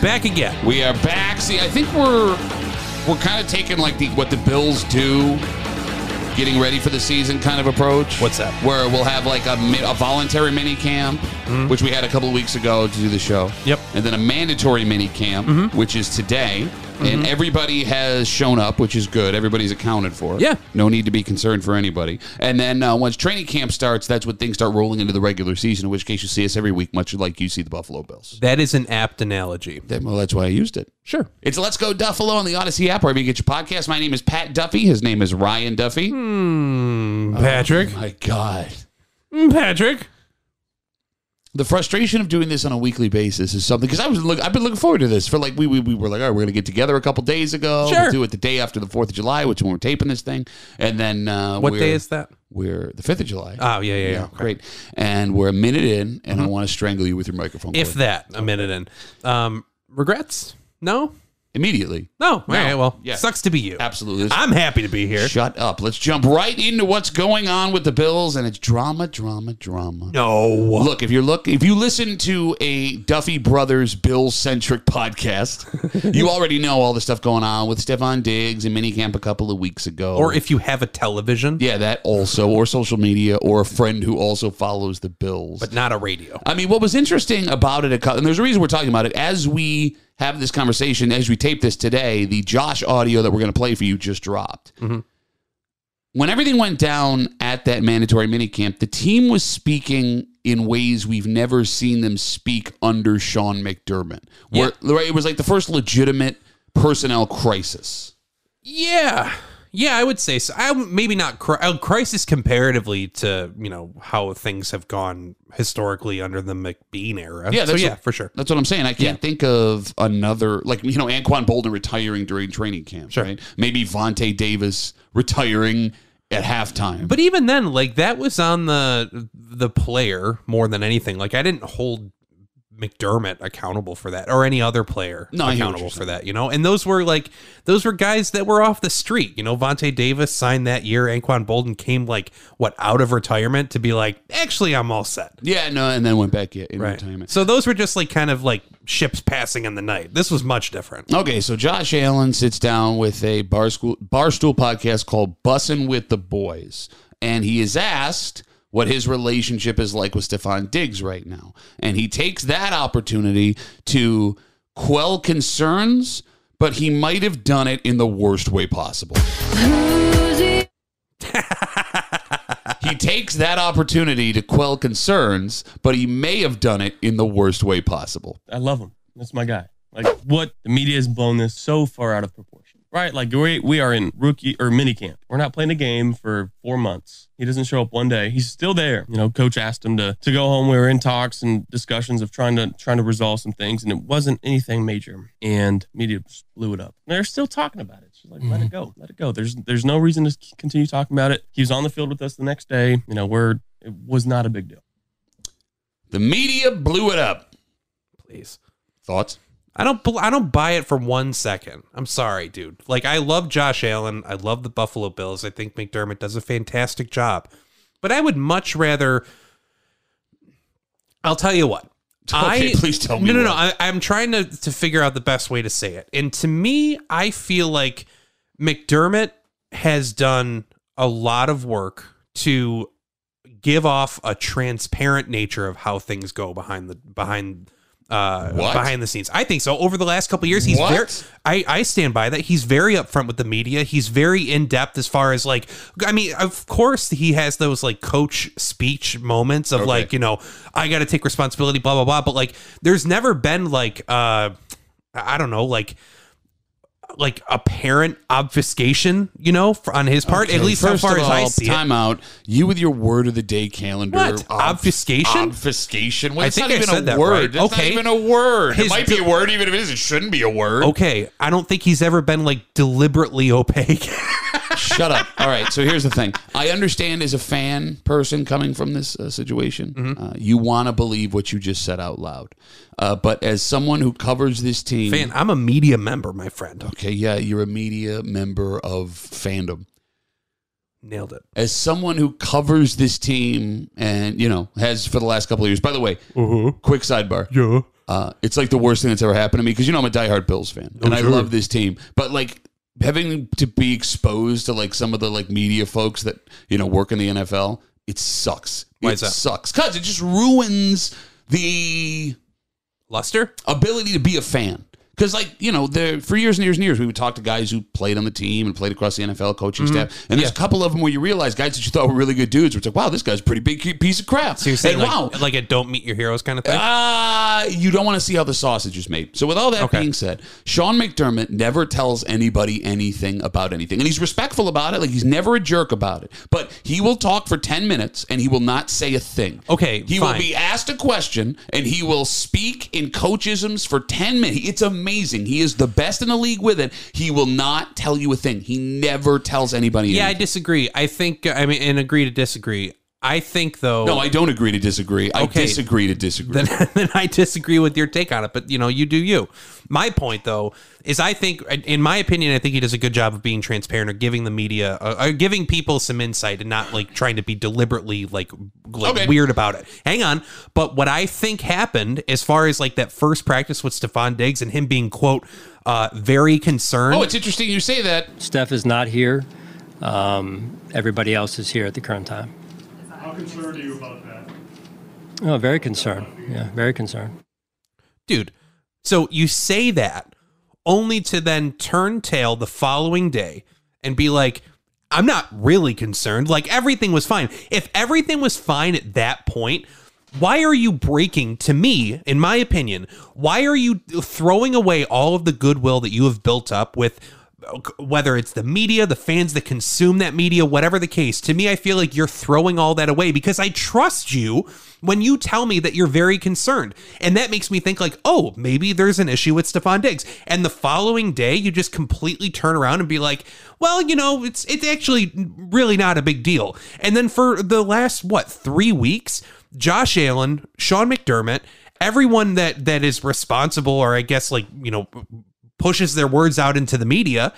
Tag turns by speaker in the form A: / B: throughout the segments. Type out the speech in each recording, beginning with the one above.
A: back again.
B: We are back. See, I think we're we're kind of taking like the what the Bills do, getting ready for the season kind of approach.
A: What's that?
B: Where we'll have like a, mi- a voluntary mini camp, which we had a couple of weeks ago to do the show.
A: Mm-hmm. Yep. Mm-hmm.
B: And then a mandatory mini camp, which is today. And everybody has shown up, which is good. Everybody's accounted for.
A: Yeah.
B: No need to be concerned for anybody. And then uh, once training camp starts, that's when things start rolling into the regular season, in which case you see us every week, much like you see the Buffalo Bills.
A: That is an apt analogy.
B: Then, well, that's why I used it.
A: Sure.
B: It's Let's Go Duffalo on the Odyssey app, wherever you get your podcast. My name is Pat Duffy. His name is Ryan Duffy.
A: Hmm. Mm, Patrick.
B: My God.
A: Mm, Patrick.
B: The frustration of doing this on a weekly basis is something because I was look, I've been looking forward to this for like we we, we were like all right we're gonna get together a couple days ago
A: Sure.
B: we'll do it the day after the Fourth of July which when we're taping this thing and then uh,
A: What
B: we're,
A: day is that?
B: we're the Fifth of July
A: Oh, yeah, yeah, yeah.
B: yeah great and we're a minute in and I want to strangle you with your microphone
A: If
B: cord.
A: that, a minute in. Um, regrets? No?
B: immediately
A: No. All right, well,
B: Yeah.
A: sucks to be you.
B: absolutely This-
A: I'm happy to be here.
B: Shut up. Let's jump right into what's going on with the Bills, and it's drama, drama, drama.
A: No.
B: Look, if you're look, if you listen to a Duffy Brothers Bill centric podcast, you already know all the stuff going on with Stefan Diggs and minicamp a couple of weeks ago.
A: Or if you have a television,
B: yeah, that also, or social media, or a friend who also follows the Bills.
A: but not a radio.
B: I mean, what was interesting about it, a cou- and there's a reason we're talking about it, as we have this conversation, as we tape this today, the Josh audio that we're going to play for you just dropped. When everything went down at that mandatory minicamp, the team was speaking in ways we've never seen them speak under Sean McDermott. Where, right, It was like the first legitimate personnel crisis.
A: Yeah. Yeah, I would say so. I would- maybe not cri- uh, crisis comparatively to you know how things have gone historically under the McBean era.
B: Yeah,
A: so
B: that's
A: yeah,
B: what-
A: for sure.
B: That's what I'm saying. I can't think of another like you know Anquan Bolden retiring during training camp,
A: Sure.
B: right? Maybe Vontae Davis retiring at halftime.
A: But even then, like that was on the the player more than anything. Like I didn't hold McDermott accountable for that or any other player
B: No, I hear what
A: accountable
B: you're
A: for that, you know? And those were like those were guys that were off the street. You know, Vontae Davis signed that year, Anquan Bolden came like what out of retirement to be like, actually I'm all set.
B: yeah, no, and then went back in in retirement.
A: So those were just like kind of like ships passing in the night. This was much different.
B: Okay, so Josh Allen sits down with a bar school barstool podcast called Bussin' with the Boys, and he is asked what his relationship is like with Stefan Diggs right now. And he takes that opportunity to quell concerns, but he might have done it in the worst way possible. he takes that opportunity to quell concerns, but he may have done it in the worst way possible.
C: I love him. That's my guy. Like what the media has blown this so far out of proportion. Right? Like we we are in rookie or mini camp. We're not playing a game for four months. He doesn't show up one day. He's still there. You know, coach asked him to to go home. We were in talks and discussions of trying to trying to resolve some things, and it wasn't anything major. And media just blew it up. And they're still talking about it. It's just like let it go, let it go. There's there's no reason to continue talking about it. He was on the field with us the next day. You know, we're it was not a big deal.
B: The media blew it up.
A: Please.
B: Thoughts?
A: I don't bel- I don't buy it for one second. I'm sorry, dude. Like I love Josh Allen. I love the Buffalo Bills. I think McDermott does a fantastic job. But I would much rather I'll tell you what.
B: Okay,
A: I,
B: please tell me
A: No, no, no.
B: what.
A: I, I'm trying to, to figure out the best way to say it. And to me, I feel like McDermott has done a lot of work to give off a transparent nature of how things go behind the behind uh
B: What?
A: behind the scenes. I think so. Over the last couple of years, he's
B: What?
A: very I, I stand by that. He's very upfront with the media. He's very in depth as far as like I mean, of course he has those like coach speech moments of like, you know, I gotta take responsibility, blah blah blah. But like there's never been like uh I I don't know, like like apparent obfuscation, you know, for, on his part. at
B: Okay,
A: least so
B: first
A: far
B: of
A: as I
B: all,
A: see it.
B: time out. You with your word of the day calendar.
A: What? Obfuscation?
B: Obfuscation. Well,
A: I
B: it's
A: think
B: not
A: I
B: even
A: said
B: a
A: that right.
B: word. That's
A: Okay.
B: not even a word.
A: His
B: it might be
A: di-
B: a word, even if it is. It shouldn't be a word.
A: Okay, I don't think he's ever been like deliberately opaque.
B: Shut up. All right. So here's the thing. I understand as a fan person coming from this uh, situation, uh, you want to believe what you just said out loud. Uh, but as someone who covers this team,
A: Man, I'm a media member, my friend.
B: okay, yeah, you're a media member of fandom.
A: Nailed it.
B: as someone who covers this team and you know has for the last couple of years. By the way, quick sidebar.
A: Uh-huh. Yeah.
B: Uh, it's like the worst thing that's ever happened to me because you know I'm a diehard Bills fan and I
A: Oh, sure.
B: love this team, but like having to be exposed to like some of the like media folks that you know work in the NFL, it sucks.
A: Why
B: it
A: is that?
B: sucks because it just ruins the
A: Luster?
B: ability to be a fan. Because, like, you know, there, for years and years and years, we would talk to guys who played on the team and played across the NFL coaching
A: Mm-hmm.
B: staff. And there's a couple of them where you realize guys that you thought were really good dudes, were like, wow, this guy's a pretty big piece of crap.
A: So you're saying
B: and
A: like,
B: wow,
A: like a don't meet your heroes kind of thing?
B: uh, you don't want to see how the sausage is made. So, with all that
A: Okay.
B: being said, Sean McDermott never tells anybody anything about anything. And he's respectful about it. Like, he's never a jerk about it. But he will talk for 10 minutes and he will not say a thing.
A: Okay,
B: He
A: fine.
B: will be asked a question and he will speak in coachisms for 10 minutes. It's amazing. He is the best in the league with it. He will not tell you a thing. He never tells anybody
A: yeah, I
B: anything.
A: disagree. I think, I mean, and agree to disagree. I think, though.
B: No, I don't agree to disagree. I
A: Okay.
B: disagree to disagree.
A: then, then I disagree with your take on it. But you know, you do you. My point, though, is I think, in my opinion, I think he does a good job of being transparent or giving the media, uh, or giving people some insight, and not like trying to be deliberately like, like
B: Okay.
A: weird about it. Hang on, but what I think happened, as far as like that first practice with Stefan Diggs and him being quote uh, very concerned.
B: oh, it's interesting you say that.
D: Steph is not here. Um, everybody else is here at the current time.
E: How concerned are you about that?
D: Oh, very concerned. Yeah, very concerned.
A: dude. So you say that only to then turn tail the following day and be like, I'm not really concerned. Like everything was fine. If everything was fine at that point, why are you breaking, to me, in my opinion, why are you throwing away all of the goodwill that you have built up with whether it's the media, the fans that consume that media, whatever the case, to me, I feel like you're throwing all that away because I trust you when you tell me that you're very concerned. And that makes me think, like, oh, maybe there's an issue with Stefan Diggs. And the following day, you just completely turn around and be like, well, you know, it's it's actually really not a big deal. And then for the last what three weeks, Josh Allen, Sean McDermott, everyone that that is responsible, or I guess like you know pushes their words out into the media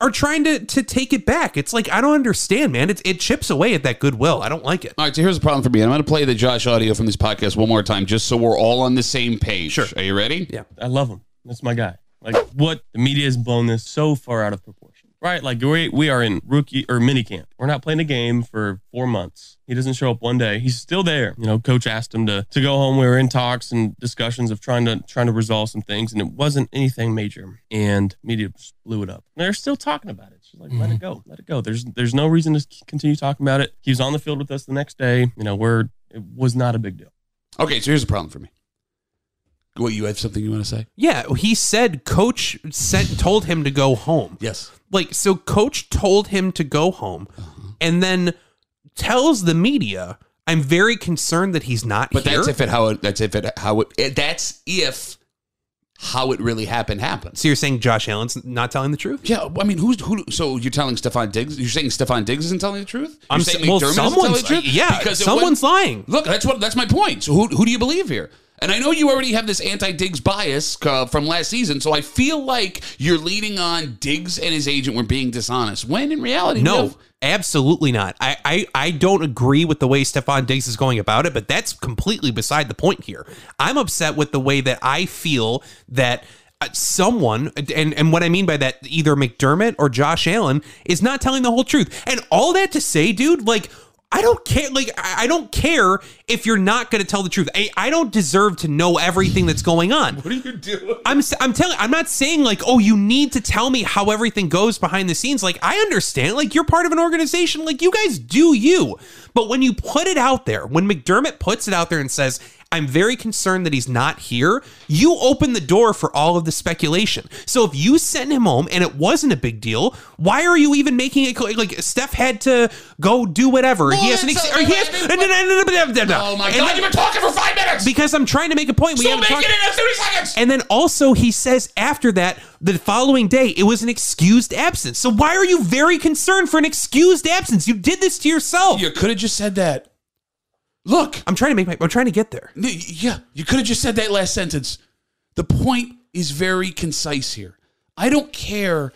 A: are trying to to take it back. It's like I don't understand, man. It it chips away at that goodwill. I don't like it.
B: All right, so here's the problem for me. I'm going to play the Josh audio from this podcast one more time, just so we're all on the same page.
A: Sure.
B: Are you ready?
A: Yeah.
C: I love him. That's my guy. Like what the media has blown this so far out of proportion. Right? Like we we are in rookie or mini camp. We're not playing a game for four months. He doesn't show up one day. He's still there. You know, coach asked him to to go home. We were in talks and discussions of trying to trying to resolve some things, and it wasn't anything major. And media just blew it up. And they're still talking about it. It's just like let it go, let it go. There's there's no reason to continue talking about it. He was on the field with us the next day. You know, we're it was not a big deal.
B: Okay, so here's the problem for me. What, you have something you want to say?
A: Yeah, he said coach sent told him to go home.
B: Yes.
A: Like so coach told him to go home
B: Uh-huh.
A: and then tells the media, I'm very concerned that he's not
B: But
A: here.
B: that's if it how it that's if it how it, it that's if how it really happened happens.
A: so you're saying Josh Allen's not telling the truth?
B: Yeah, I mean, who's who? So you're telling Stefan Diggs? You're saying Stefan Diggs isn't telling the truth? You're
A: I'm
B: saying
A: saying well,
B: McDermott isn't telling
A: someone's yeah,
B: it wasn't-
A: someone's lying.
B: Look, that's what that's my point. So who who do you believe here? And I know you already have this anti Diggs bias uh, from last season, so I feel like you're leading on Diggs and his agent were being dishonest. When in reality, we
A: No,
B: have-
A: absolutely not. I, I, I don't agree with the way Stefan Diggs is going about it, but that's completely beside the point here. I'm upset with the way that I feel that uh, someone and and what I mean by that either McDermott or Josh Allen is not telling the whole truth. And all that to say, dude, like I don't care. Like I I don't care if you're not going to tell the truth. I, I don't deserve to know everything that's going on. What are you doing? I'm s- I'm telling. I'm not saying like, oh, you need to tell me how everything goes behind the scenes. Like I understand. Like you're part of an organization. Like you guys do you. But when you put it out there, when McDermott puts it out there and says. I'm very concerned that he's not here. You open the door for all of the speculation. So if you sent him home and it wasn't a big deal, why are you even making it cl- like Steph had to go do whatever? he has an
B: that's
A: ex-
B: a-
A: or he has. Oh
B: oh my god, you've been talking for five minutes.
A: Because I'm trying to make a point. We
B: so
A: haven't
B: make
A: talked-
B: it in thirty seconds.
A: and then also he says after that the following day it was an excused absence. So why are you very concerned for an excused absence? You did this to yourself.
B: you could have just said that. Look,
A: I'm trying to make my. I'm trying to get there.
B: No, y- Yeah, you could have just said that last sentence. The point is very concise here. I don't care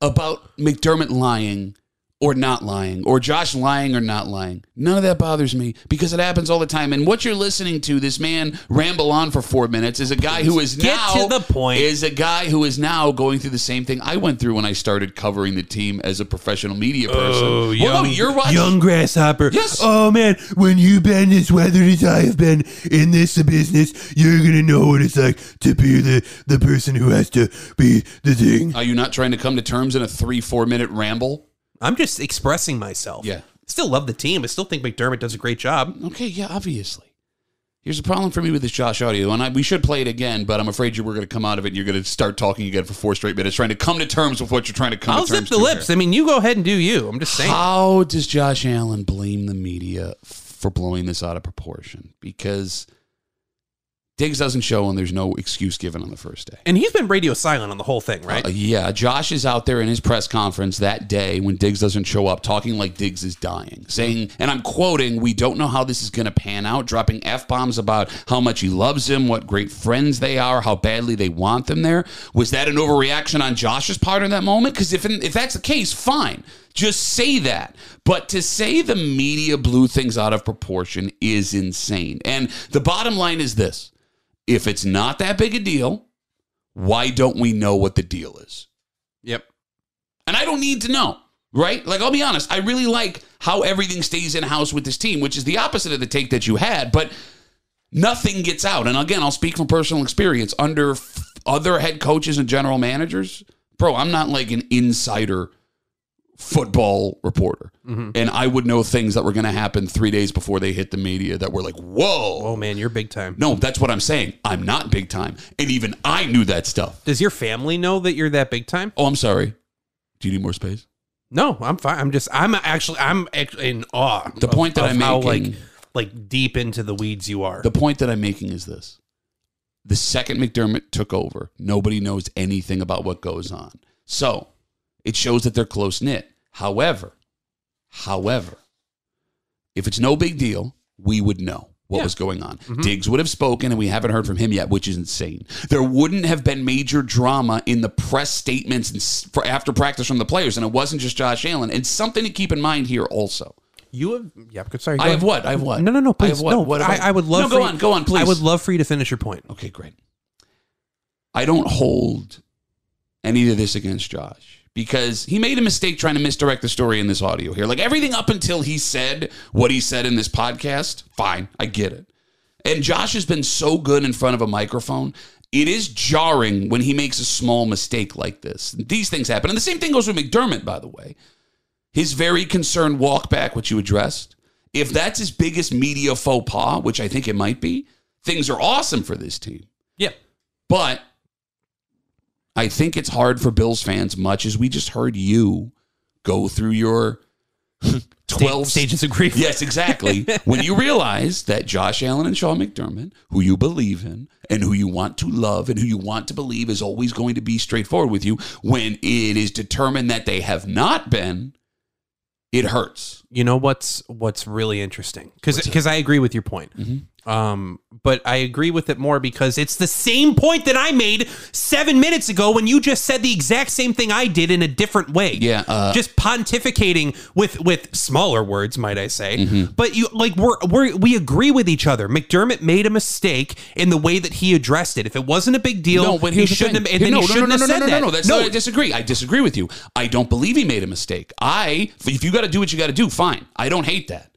B: about McDermott lying or not lying, or Josh lying or not lying. None of that bothers me because it happens all the time. And what you're listening to this man ramble on for four minutes is a guy who is
A: Get
B: now
A: to the point.
B: is a guy who is now going through the same thing I went through when I started covering the team as a professional media person.
A: Oh,
B: what
A: young,
B: about your watch?
A: young grasshopper.
B: Yes.
A: Oh man, when you've been as weathered as I have been in this business, you're gonna know what it's like to be the the person who has to be the thing.
B: Are you not trying to come to terms in a three four minute ramble?
A: I'm just expressing myself.
B: Yeah.
A: Still love the team. I still think McDermott does a great job.
B: Okay, yeah, obviously. Here's the problem for me with this Josh audio, and I, we should play it again, but I'm afraid you were going to come out of it and you're going to start talking again for four straight minutes, trying to come to terms with what you're trying to come
A: I'll
B: to terms
A: zip
B: to
A: the lips.
B: here.
A: I mean, you go ahead and do you. I'm just saying.
B: How does Josh Allen blame the media for blowing this out of proportion? Because Diggs doesn't show, and there's no excuse given on the first day.
A: And he's been radio silent on the whole thing, right?
B: Uh, yeah, Josh is out there in his press conference that day when Diggs doesn't show up, talking like Diggs is dying, saying, and I'm quoting, we don't know how this is going to pan out, dropping F bombs about how much he loves him, what great friends they are, how badly they want them there. Was that an overreaction on Josh's part in that moment? Because if, if that's the case, fine. Just say that. But to say the media blew things out of proportion is insane. And the bottom line is this if it's not that big a deal, why don't we know what the deal is?
A: yep.
B: And I don't need to know, right? Like, I'll be honest, I really like how everything stays in house with this team, which is the opposite of the take that you had, but nothing gets out. And again, I'll speak from personal experience under f- other head coaches and general managers. Bro, I'm not like an insider football reporter. And I would know things that were going to happen three days before they hit the media that were like, whoa.
A: Oh man, you're big time.
B: No, that's what I'm saying. I'm not big time. And even I knew that stuff.
A: Does your family know that you're that big time?
B: Oh, I'm sorry. Do you need more space?
A: No, I'm fine. I'm just I'm actually I'm actually in awe.
B: The point that I'm
A: how,
B: making-
A: like like deep into the weeds you are.
B: The point that I'm making is this. The second McDermott took over, nobody knows anything about what goes on. So it shows that they're close knit. However, however, if it's no big deal, we would know what
A: Yeah.
B: was going on. Diggs would have spoken, and we haven't heard from him yet, which is insane. There wouldn't have been major drama in the press statements and s- for after practice from the players, and it wasn't just Josh Allen. And something to keep in mind here also.
A: you have yeah, I'm sorry. go
B: I have
A: ahead.
B: what? I have what?
A: No, no, no,
B: I
A: please.
B: have what?
A: No,
B: What have
A: I, I would love
B: No, go
A: for
B: on,
A: you-
B: go on, please.
A: I would love for you to finish your point.
B: Okay, great. I don't hold any of this against Josh because he made a mistake trying to misdirect the story in this audio here. Like everything up until he said what he said in this podcast, fine, I get it. And Josh has been so good in front of a microphone. It is jarring when he makes a small mistake like this. These things happen. And the same thing goes with McDermott, by the way. His very concerned walk back, which you addressed, if that's his biggest media faux pas, which I think it might be, things are awesome for this team.
A: Yeah.
B: But I think it's hard for Bills fans, much as we just heard you go through your 12
A: stages of grief.
B: Yes, exactly. when you realize that Josh Allen and Sean McDermott, who you believe in and who you want to love and who you want to believe is always going to be straightforward with you, when it is determined that they have not been, it hurts.
A: you know what's what's really interesting because I agree with your point.
B: Mm-hmm.
A: Um, but I agree with it more because it's the same point that I made seven minutes ago when you just said the exact same thing I did in a different way.
B: Yeah, uh,
A: just pontificating with with smaller words, might I say? But you like we're we we agree with each other. McDermott made a mistake in the way that he addressed it. If it wasn't a big deal,
B: No, but
A: he
B: here's the
A: shouldn't
B: thing.
A: have. And
B: Here-
A: then
B: no,
A: he
B: no,
A: shouldn't
B: no,
A: have
B: no,
A: said
B: no, no,
A: that.
B: No, no, that's no. I disagree. I disagree with you. I don't believe he made a mistake. I, if you got to do what you got to do, fine. I don't hate that.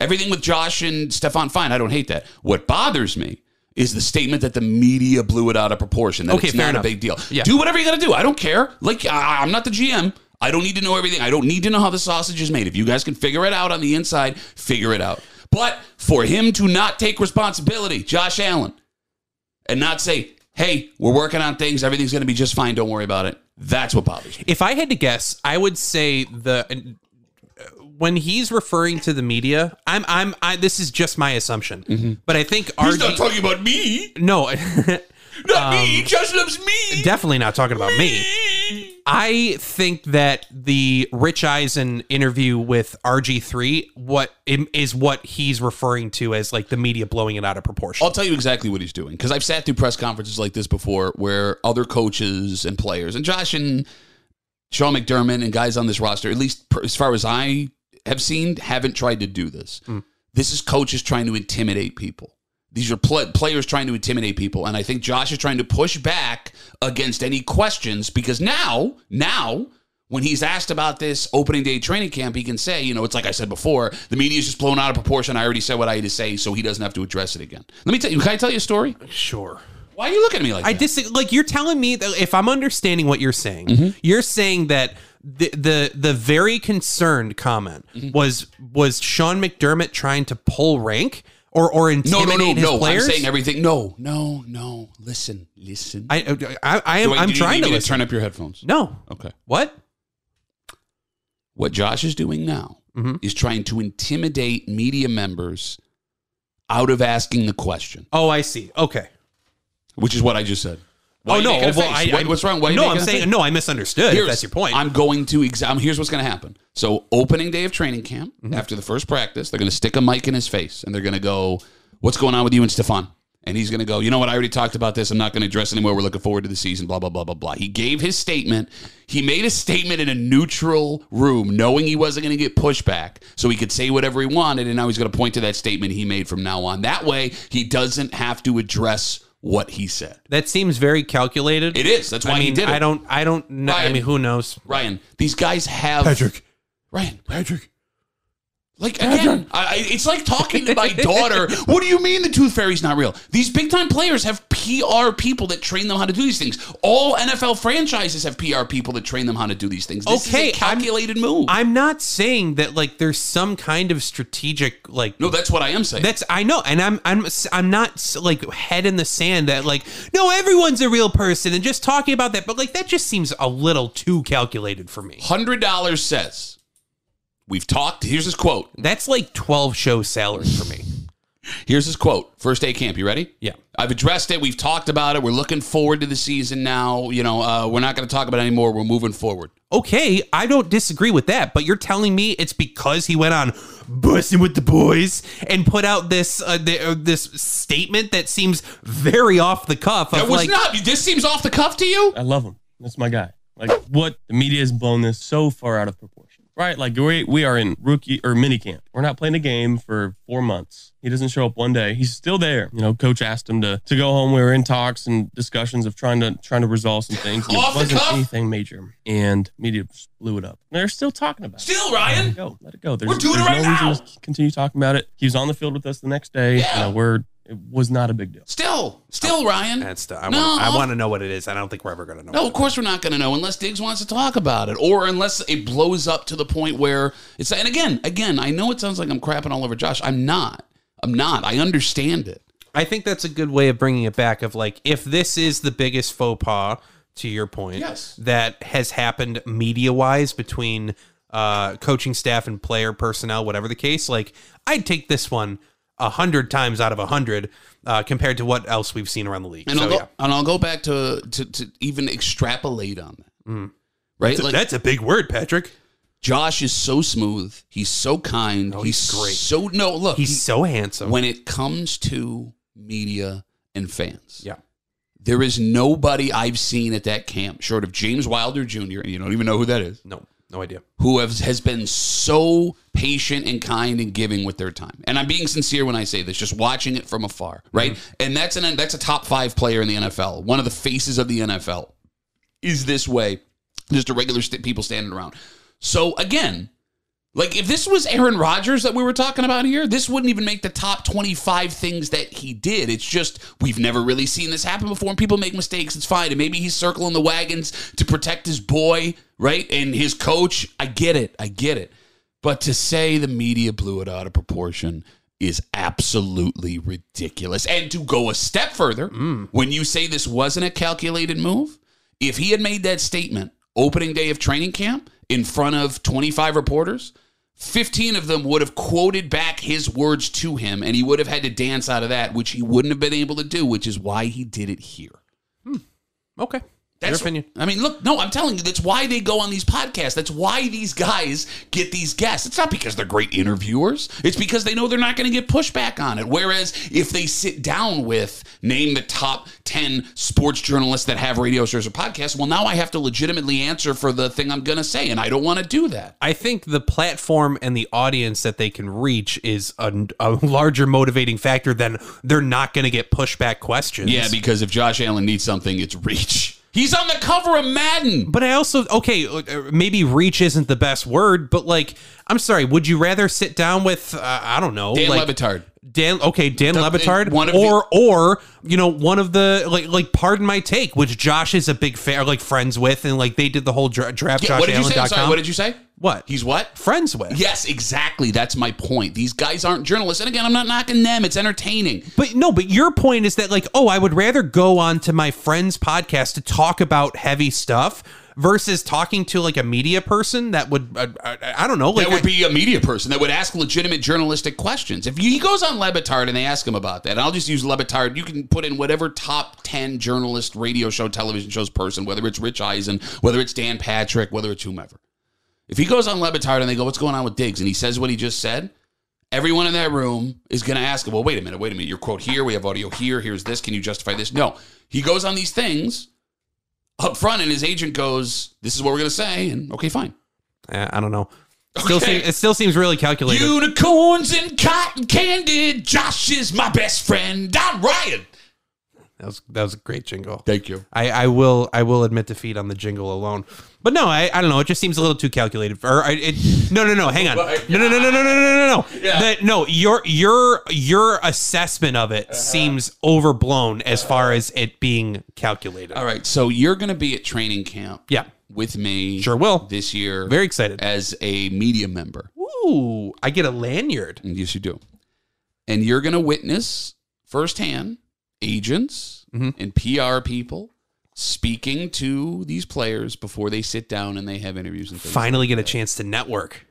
B: Everything with Josh and Stefan, fine. I don't hate that. What bothers me is the statement that the media blew it out of proportion. That
A: Okay,
B: it's
A: fair
B: not
A: enough.
B: a big deal.
A: Yeah.
B: Do whatever you got to do. I don't care. Like I, I'm not the GM. I don't need to know everything. I don't need to know how the sausage is made. If you guys can figure it out on the inside, figure it out. But for him to not take responsibility, Josh Allen, and not say, hey, we're working on things. Everything's going to be just fine. Don't worry about it. That's what bothers me.
A: if I had to guess, I would say the when he's referring to the media, I'm I'm I this is just my assumption. But I think RG
B: Mm-hmm. He's not talking about me.
A: No,
B: Not
A: Um,
B: me. Josh loves me.
A: definitely not talking about me. I think that the Rich Eisen interview with RG3 what is what he's referring to as like the media blowing it out of proportion.
B: I'll tell you exactly what he's doing because I've sat through press conferences like this before where other coaches and players, and Josh and Sean McDermott and guys on this roster, at least per, as far as I have seen, haven't tried to do this. This is coaches trying to intimidate people. These are pl- players trying to intimidate people, and I think Josh is trying to push back against any questions because now, now. When he's asked about this opening day training camp, he can say, you know, it's like I said before, the media is just blown out of proportion. I already said what I had to say, so he doesn't have to address it again. Let me tell you, can I tell you a story?
A: Sure.
B: Why are you looking at me like
A: I
B: that?
A: dis like you're telling me that if I'm understanding what you're saying,
B: Mm-hmm.
A: you're saying that the the the very concerned comment
B: Mm-hmm.
A: was was Sean McDermott trying to pull rank or or
B: No, no,
A: intimidate
B: no,
A: his
B: no.
A: players?
B: I'm saying everything. No, no, no. Listen, listen.
A: I I, I am
B: Wait,
A: I'm
B: do you
A: trying
B: need
A: to
B: me
A: listen.
B: turn up your headphones.
A: No.
B: Okay.
A: What?
B: What Josh is doing now
A: Mhm.
B: is trying to intimidate media members out of asking the question,
A: Oh, I see. Okay.
B: which is what I just said. Why
A: oh
B: are you
A: no.
B: making a
A: well,
B: face?
A: I-
B: Why-
A: I-
B: what's wrong? Why are you
A: no, I'm
B: making a
A: saying
B: face?
A: no. I misunderstood. if
B: Here's-
A: that's your point.
B: I'm going to exam. Here's what's going to happen. So, opening day of training camp,
A: Mm-hmm.
B: after the first practice, they're going to stick a mic in his face and they're going to go, What's going on with you and Stefan? And he's going to go, You know what? I already talked about this. I'm not going to address anymore. We're looking forward to the season, blah, blah, blah, blah, blah. He gave his statement. He made a statement in a neutral room, knowing he wasn't going to get pushback. So, he could say whatever he wanted. And now he's going to point to that statement he made from now on. That way, he doesn't have to address what he said.
A: that seems very calculated.
B: It is. That's why
A: I mean,
B: he did it.
A: I don't. I don't know. I
B: Ryan.
A: mean, who knows?
B: Ryan, these guys have. Ryan,
A: Patrick.
B: Like again, I, I- it's like talking to my daughter. what do you mean the tooth fairy's not real? These big time players have PR people that train them how to do these things. All NFL franchises have PR people that train them how to do these things. This
A: Okay,
B: is a
A: I'm-
B: calculated move.
A: I'm not saying that like there's some kind of strategic like
B: no, that's what I am saying.
A: that's I know and I'm I'm I'm not like head in the sand that like no everyone's a real person and just talking about that but like that just seems a little too calculated for me.
B: Hundred dollars says we've talked. Here's his quote.
A: That's like 12 show salary for me.
B: Here's his quote. First day camp. You ready?
A: Yeah.
B: I've addressed it. We've talked about it. We're looking forward to the season now. You know, uh, we're not going to talk about it anymore. We're moving forward.
A: Okay, I don't disagree with that, but you're telling me it's because he went on busting with the boys and put out this uh, the, uh, this statement that seems very off the cuff of
B: That was
A: like Uh,
B: not. This seems off the cuff to you.
C: I love him. That's my guy. Like what the media has blown this so far out of proportion. Right? Like we we are in rookie or mini camp. We're not playing a game for four months. He doesn't show up one day. He's still there. You know, coach asked him to to go home. We were in talks and discussions of trying to trying to resolve some things. and
B: Off
C: it
B: the
C: wasn't
B: cuff?
C: anything major. And media just blew it up. And they're still talking about it.
B: Still,
C: Let
B: Ryan.
C: it go. Let it go. There's,
B: We're doing it
C: there's
B: right
C: no
B: now.
C: reason to continue talking about it. He was on the field with us the next day.
B: Yeah.
C: You know, we're it was not a big deal.
B: Still, still, Ryan.
A: that's the, I
B: No.
A: want I want to know what it is. I don't think we're ever going to know.
B: No,
A: what
B: of course we're not going to know unless Diggs wants to talk about it, or unless it blows up to the point where it's. And again, again, I know it sounds like I'm crapping all over Josh. I'm not. I'm not. I understand it.
A: I think that's a good way of bringing it back. Of like, if this is the biggest faux pas, to your point,
B: Yes.
A: that has happened media wise between uh, coaching staff and player personnel, whatever the case. Like, I'd take this one a hundred times out of a hundred uh, compared to what else we've seen around the league.
B: And
A: so
B: I'll go,
A: yeah,
B: and I'll go back to, to to even extrapolate on that. Right? like
A: Mm. that's a big word, Patrick.
B: Josh is so smooth. He's so kind. he's,
A: Oh, he's great.
B: So no, look.
A: He's
B: he-
A: so handsome.
B: when it comes to media and fans.
A: yeah,
B: There is nobody I've seen at that camp, short of James Wilder Jr., and you don't even know who that is,
A: no, no idea.
B: who has, has been so patient and kind and giving with their time. And I'm being sincere when I say this, just watching it from afar, right? And that's an that's a top five player in the NFL, one of the faces of the NFL, is this way, just a regular st- people standing around. So again. Like if this was Aaron Rodgers that we were talking about here, this wouldn't even make the top 25 things that he did. It's just we've never really seen this happen before and people make mistakes. It's fine. And maybe he's circling the wagons to protect his boy, right? And his coach. I get it. I get it. But to say the media blew it out of proportion is absolutely ridiculous. And to go a step further, when you say this wasn't a calculated move, if he had made that statement opening day of training camp in front of 25 reporters, 15 of them would have quoted back his words to him and he would have had to dance out of that, which he wouldn't have been able to do, which is why he did it here.
A: Hmm. Okay,
B: That's,
A: opinion.
B: I mean, look, no, I'm telling you, that's why they go on these podcasts. That's why these guys get these guests. It's not because they're great interviewers. It's because they know they're not going to get pushback on it. Whereas if they sit down with name the top 10 sports journalists that have radio shows or podcasts, well, now I have to legitimately answer for the thing I'm going to say, and I don't want to do that.
A: I think the platform and the audience that they can reach is a, a larger motivating factor than they're not going to get pushback questions.
B: Yeah, because if Josh Allen needs something, it's reach. He's on the cover of Madden.
A: But I also okay, uh, maybe reach isn't the best word, but like I'm sorry, would you rather sit down with uh, I don't know,
B: Dan
A: like
B: Levitard.
A: Dan okay, Dan Levitard
B: one of
A: or or you know, one of the like like pardon my take, which Josh is a big fan like friends with and like they did the whole dra- draft
B: Yeah, what did you say? I'm
A: joshallen.com.
B: Sorry, what did you say?
A: What?
B: He's what?
A: friends with.
B: Yes, exactly. That's my point. These guys aren't journalists. And again, I'm not knocking them. It's entertaining.
A: But no, but your point is that like, oh, I would rather go on to my friend's podcast to talk about heavy stuff versus talking to like a media person that would uh, I, I don't know, like
B: That would be a media person that would ask legitimate journalistic questions. If he goes on Lebitard and they ask him about that, and I'll just use Lebitard, you can put in whatever top 10 journalist, radio show, television shows person, whether it's Rich Eisen, whether it's Dan Patrick, whether it's whomever. If he goes on Lebitard and they go, What's going on with Diggs? And he says what he just said, everyone in that room is going to ask him, Well, wait a minute, wait a minute. Your quote here, we have audio here, here's this. Can you justify this? No. He goes on these things up front, and his agent goes, This is what we're going to say. And okay, fine.
A: Eh, I don't know. Still
B: Okay.
A: seem, it still seems really calculated.
B: Unicorns and cotton candy. Josh is my best friend. I'm Ryan.
A: that was that was a great jingle.
B: Thank you.
A: I, I will I will admit defeat on the jingle alone. But no, I, I don't know. It just seems a little too calculated. Or I, it, no no no, hang on. No no no no no no no no no.
B: Yeah. Uh-huh.
A: That- no, your your your assessment of it seems overblown as far as it being calculated.
B: All right, so you're going to be at training camp.
A: Yeah.
B: With me.
A: Sure will.
B: This year.
A: Very excited.
B: As a media member.
A: Ooh, I get a lanyard.
B: And Yes, you do. And you're going to witness firsthand agents and PR people speaking to these players before they sit down and they have interviews and things.
A: Finally get a chance to network.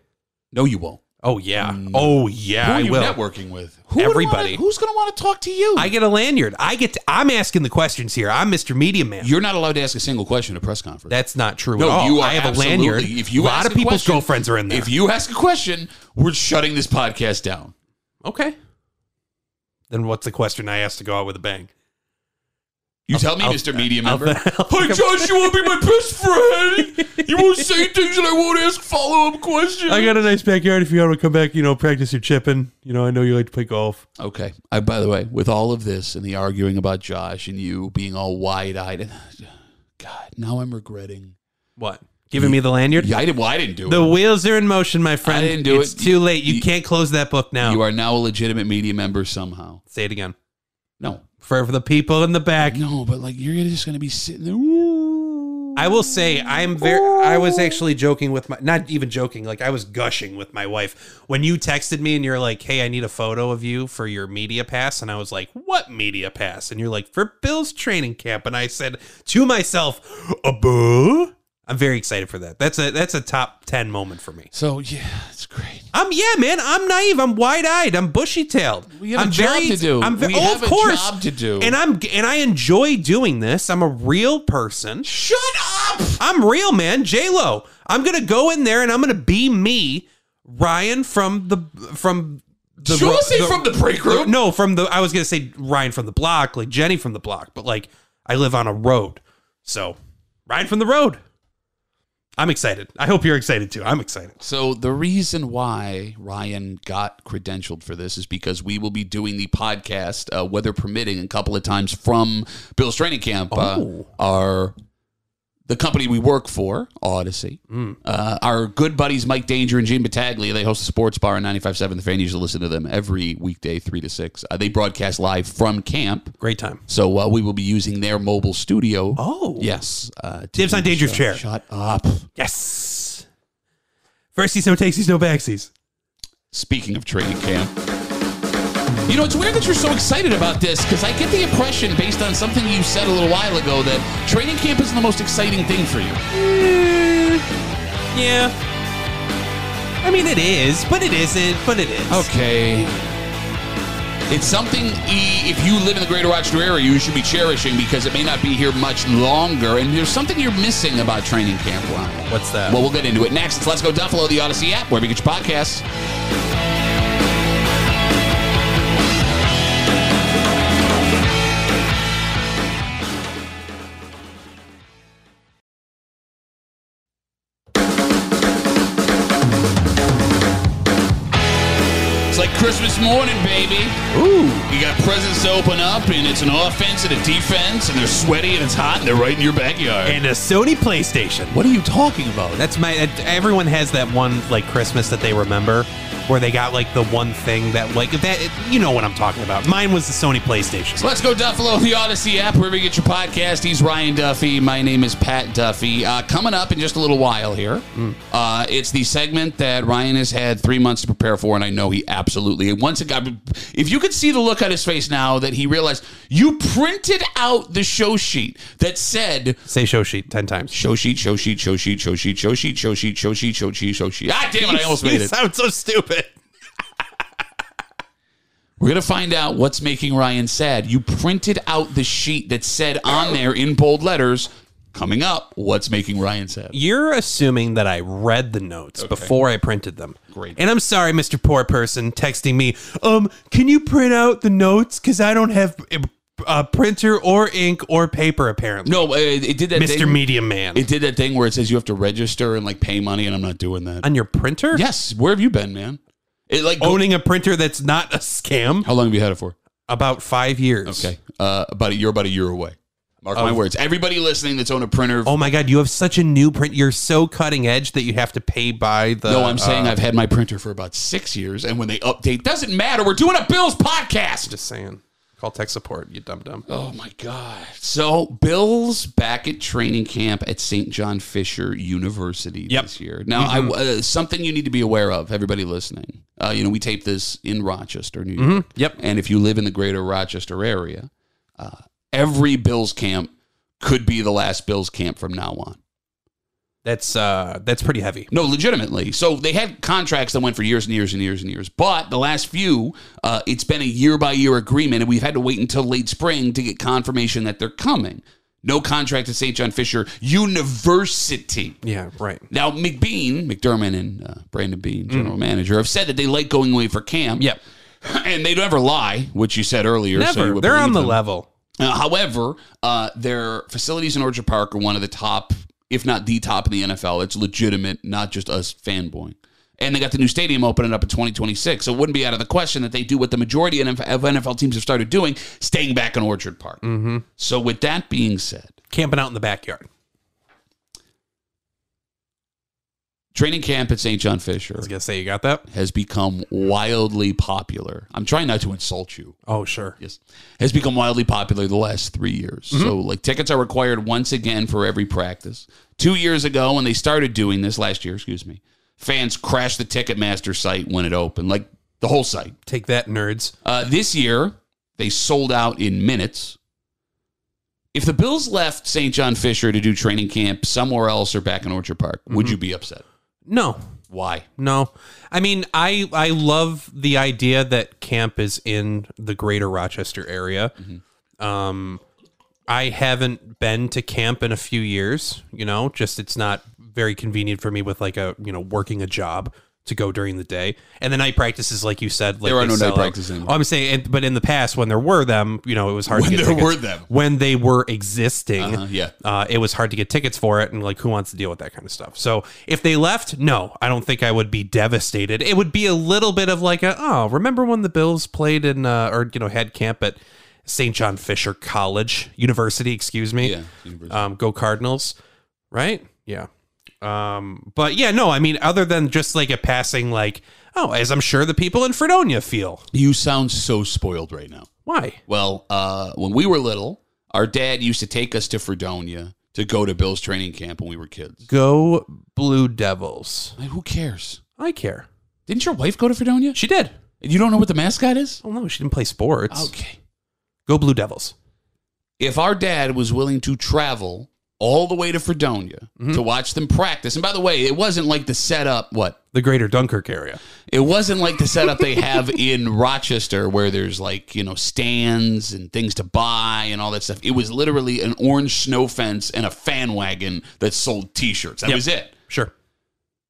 B: No, you won't.
A: Oh yeah. Oh yeah,
B: Mm. Who are
A: I
B: you
A: will.
B: networking with? Who would
A: Everybody.
B: wanna- who's going to want to talk to you?
A: I get a lanyard. I get to, I'm asking the questions here. I'm Mr. Media Man.
B: You're not allowed to ask a single question at a press conference.
A: That's not true
B: no,
A: at all.
B: you are
A: I have a
B: absolutely-
A: lanyard.
B: If you
A: a lot
B: ask
A: of people's
B: question-
A: girlfriends are in there.
B: If you ask a question, we're shutting this podcast down.
A: Okay. Then what's the question I asked to go out with a bang?
B: You tell me,
A: I'll-
B: Mr. Media
A: I'll-
B: Member.
A: I'll-
B: Hi, Josh, you want to be my best friend? You won't say things and I won't ask follow up questions.
A: a nice backyard. If you want to come back, you know, practice your chipping. You know, I know you like to play golf.
B: Okay. I, by the way, with all of this and the arguing about Josh and you being all wide eyed, and God, now I'm regretting.
A: What? Giving me the lanyard?
B: Yeah, I didn't, well, I didn't do it.
A: The wheels are in motion, my friend.
B: I didn't do
A: it's
B: it.
A: It's too late. You,
B: You-
A: can't close that book now.
B: you are now a legitimate media member somehow.
A: Say it again.
B: No.
A: For, for the people in the back.
B: No, but like you're just going to be sitting there. Ooh.
A: I will say I'm very I was actually joking with my not even joking, like I was gushing with my wife. When you texted me and you're like, Hey, I need a photo of you for your media pass, and I was like, What media pass? And you're like, For Bill's training camp. And I said to myself, A boo. I'm very excited for that. That's a that's a top ten moment for me.
B: So, yeah, it's great.
A: I'm yeah, man. I'm naive. I'm wide eyed. I'm bushy tailed.
B: We have a
A: I'm
B: job to do.
A: I'm ve-
B: We
A: oh,
B: have
A: of
B: a
A: course.
B: job to do.
A: And I'm and I enjoy doing this. I'm a real person.
B: Shut up!
A: I'm real, man. J Lo. I'm gonna go in there and I'm gonna be me, Ryan from the from the.
B: Should we say from the break room?
A: No, from the. I was gonna say Ryan from the block, like Jenny from the block, but like I live on a road, so Ryan from the road. I'm excited. I hope you're excited too. I'm excited.
B: So the reason why Ryan got credentialed for this is because we will be doing the podcast, uh, weather permitting, a couple of times from Bill's training camp.
A: Oh.
B: Uh, our the company we work for, Odyssey,
A: Hmm.
B: uh, our good buddies Mike Danger and Gene Battaglia, they host a sports bar on 95.7 The Fan. You should listen to them every weekday, 3 to 6. Uh, they broadcast live from camp.
A: Great time.
B: So uh, we will be using their mobile studio.
A: Oh
B: Yes. Uh, to
A: Dibs
B: do
A: on
B: the
A: Danger's
B: show.
A: chair.
B: Shut up.
A: yes. Firsties no takesies no backsies.
B: Speaking of training camp. You know, it's weird that you're so excited about this because I get the impression, based on something you said a little while ago, that training camp isn't the most exciting thing for you.
A: Yeah. I mean it is, but it isn't, but it is.
B: Okay. It's something, e- if you live in the greater Rochester area, you should be cherishing because it may not be here much longer. And there's something you're missing about training camp, Ryan.
A: What's that?
B: Well, we'll get into it next. It's Let's Go Duffalo, the Odyssey app, where we get your podcasts. It's like Christmas morning, baby. Ooh. You got presents to open up, and it's an offense and a defense, and they're sweaty and it's hot, and they're right in your backyard.
A: and a Sony PlayStation.
B: what are you talking about?
A: That's my. that- Everyone has that one like Christmas that they remember, where they got like the one thing that like that. You know what I'm talking about. Mine was the Sony PlayStation.
B: Let's go Duffalo, the Odyssey app, wherever you get your podcast. He's Ryan Duffy. My name is Pat Duffy. Uh, coming up in just a little while here, uh, it's the segment that Ryan has had three months to prepare for, and I know he absolutely. And once again, if you could see the look on his face now that he realized you printed out the show sheet that said
A: Say show sheet ten times.
B: show sheet, show sheet, show sheet, show sheet, show sheet, show sheet, show sheet, show sheet, show sheet. Ah, damn it! I almost made
A: You
B: it.
A: sound so stupid.
B: We're gonna find out what's making Ryan sad. You printed out the sheet that said on there in bold letters, coming up, what's making Ryan sad.
A: You're assuming that I read the notes before I printed them.
B: Great.
A: And I'm sorry, Mr. Poor Person, texting me. Um, can you print out the notes? Because I don't have a printer or ink or paper apparently.
B: No, it, it did that
A: Mr.
B: thing.
A: Medium Man.
B: It did that thing where it says you have to register and like pay money, and I'm not doing that.
A: On your printer?
B: yes, where have you been, man? It like
A: Owning a printer that's not a scam?
B: how long have you had it for?
A: About five years.
B: Okay, uh, about a, you're about a year away. Mark my words. Everybody listening that's owned a printer.
A: Oh my God, you have such a new print. You're so cutting edge that you have to pay by the.
B: no, I'm saying
A: uh,
B: I've had my printer for about six years, and when they update, doesn't matter. We're doing a Bills podcast.
A: Just saying. Call tech support, you dumb dumb.
B: Oh my God. So Bill's back at training camp at St. John Fisher University
A: Yep. Mm-hmm.
B: this year. Now, I, uh, something you need to be aware of, everybody listening. Uh, you know, we tape this in Rochester, New York.
A: Mm-hmm. Yep.
B: And if you live in the greater Rochester area, uh, every Bills camp could be the last Bills camp from now on.
A: That's uh, that's pretty heavy.
B: No, legitimately. So they had contracts that went for years and years and years and years. But the last few, uh, it's been a year by year agreement, and we've had to wait until late spring to get confirmation that they're coming. No contract at St. John Fisher University.
A: Yeah, right.
B: Now, McBean, McDermott, and uh, Brandon
A: Mm.
B: Bean, general manager, have said that they like going away for camp.
A: Yep.
B: And they never lie, which you said earlier. so you
A: Never.
B: would
A: They're
B: believe
A: on the
B: them.
A: level.
B: Uh, however, uh, their facilities in Orchard Park are one of the top, if not the top, in the NFL. It's legitimate, not just us fanboying. And they got the new stadium opening up in 2026, so it wouldn't be out of the question that they do what the majority of NFL teams have started doing, staying back in Orchard Park. So, with that being said,
A: Camping out in the backyard.
B: training camp at St. John Fisher
A: I was gonna say you got that.
B: has become wildly popular. I'm trying not to insult you.
A: Oh sure.
B: Yes. Has become wildly popular the last three years. So, like, tickets are required once again for every practice. Two years ago, when they started doing this last year, excuse me, fans crashed the Ticketmaster site when it opened, like the whole site.
A: Take that, nerds.
B: Uh, this year, they sold out in minutes. If the Bills left St. John Fisher to do training camp somewhere else or back in Orchard Park, would you be upset?
A: No,
B: Why?
A: no. I mean, I I love the idea that camp is in the greater Rochester area.
B: Mm-hmm.
A: Um, I haven't been to camp in a few years. You know, just it's not very convenient for me with like a you know working a job to go during the day and the night practices like you said like
B: There are
A: they
B: no night
A: sell out.
B: practices anymore.
A: Oh, i'm saying and- but in the past when there were them you know it was hard
B: When
A: to get
B: there were
A: tickets.
B: them.
A: when they were existing
B: Uh-huh, yeah.
A: uh, it was hard to get tickets for it and like who wants to deal with that kind of stuff so if they left no i don't think i would be devastated it would be a little bit of like a, oh remember when the bills played in uh, or you know had camp at st john fisher college university excuse me
B: Yeah. University.
A: um, go cardinals right yeah um, but yeah no i mean other than just like a passing like oh as i'm sure the people in fredonia feel
B: You sound so spoiled right now.
A: why
B: Well, uh, when we were little, our dad used to take us to Fredonia to go to Bill's training camp when we were kids.
A: go blue devils
B: Like, who cares?
A: i care
B: Didn't your wife go to Fredonia?
A: she did
B: You don't know what the mascot is?
A: oh no she didn't play sports
B: Okay.
A: Go Blue Devils.
B: If our dad was willing to travel all the way to Fredonia to watch them practice, and by the way, it wasn't like the setup, what?
A: the greater Dunkirk area.
B: It wasn't like the setup they have in Rochester where there's like, you know, stands and things to buy and all that stuff. It was literally an orange snow fence and a fan wagon that sold t shirts. That
A: Yep.
B: was it.
A: Sure.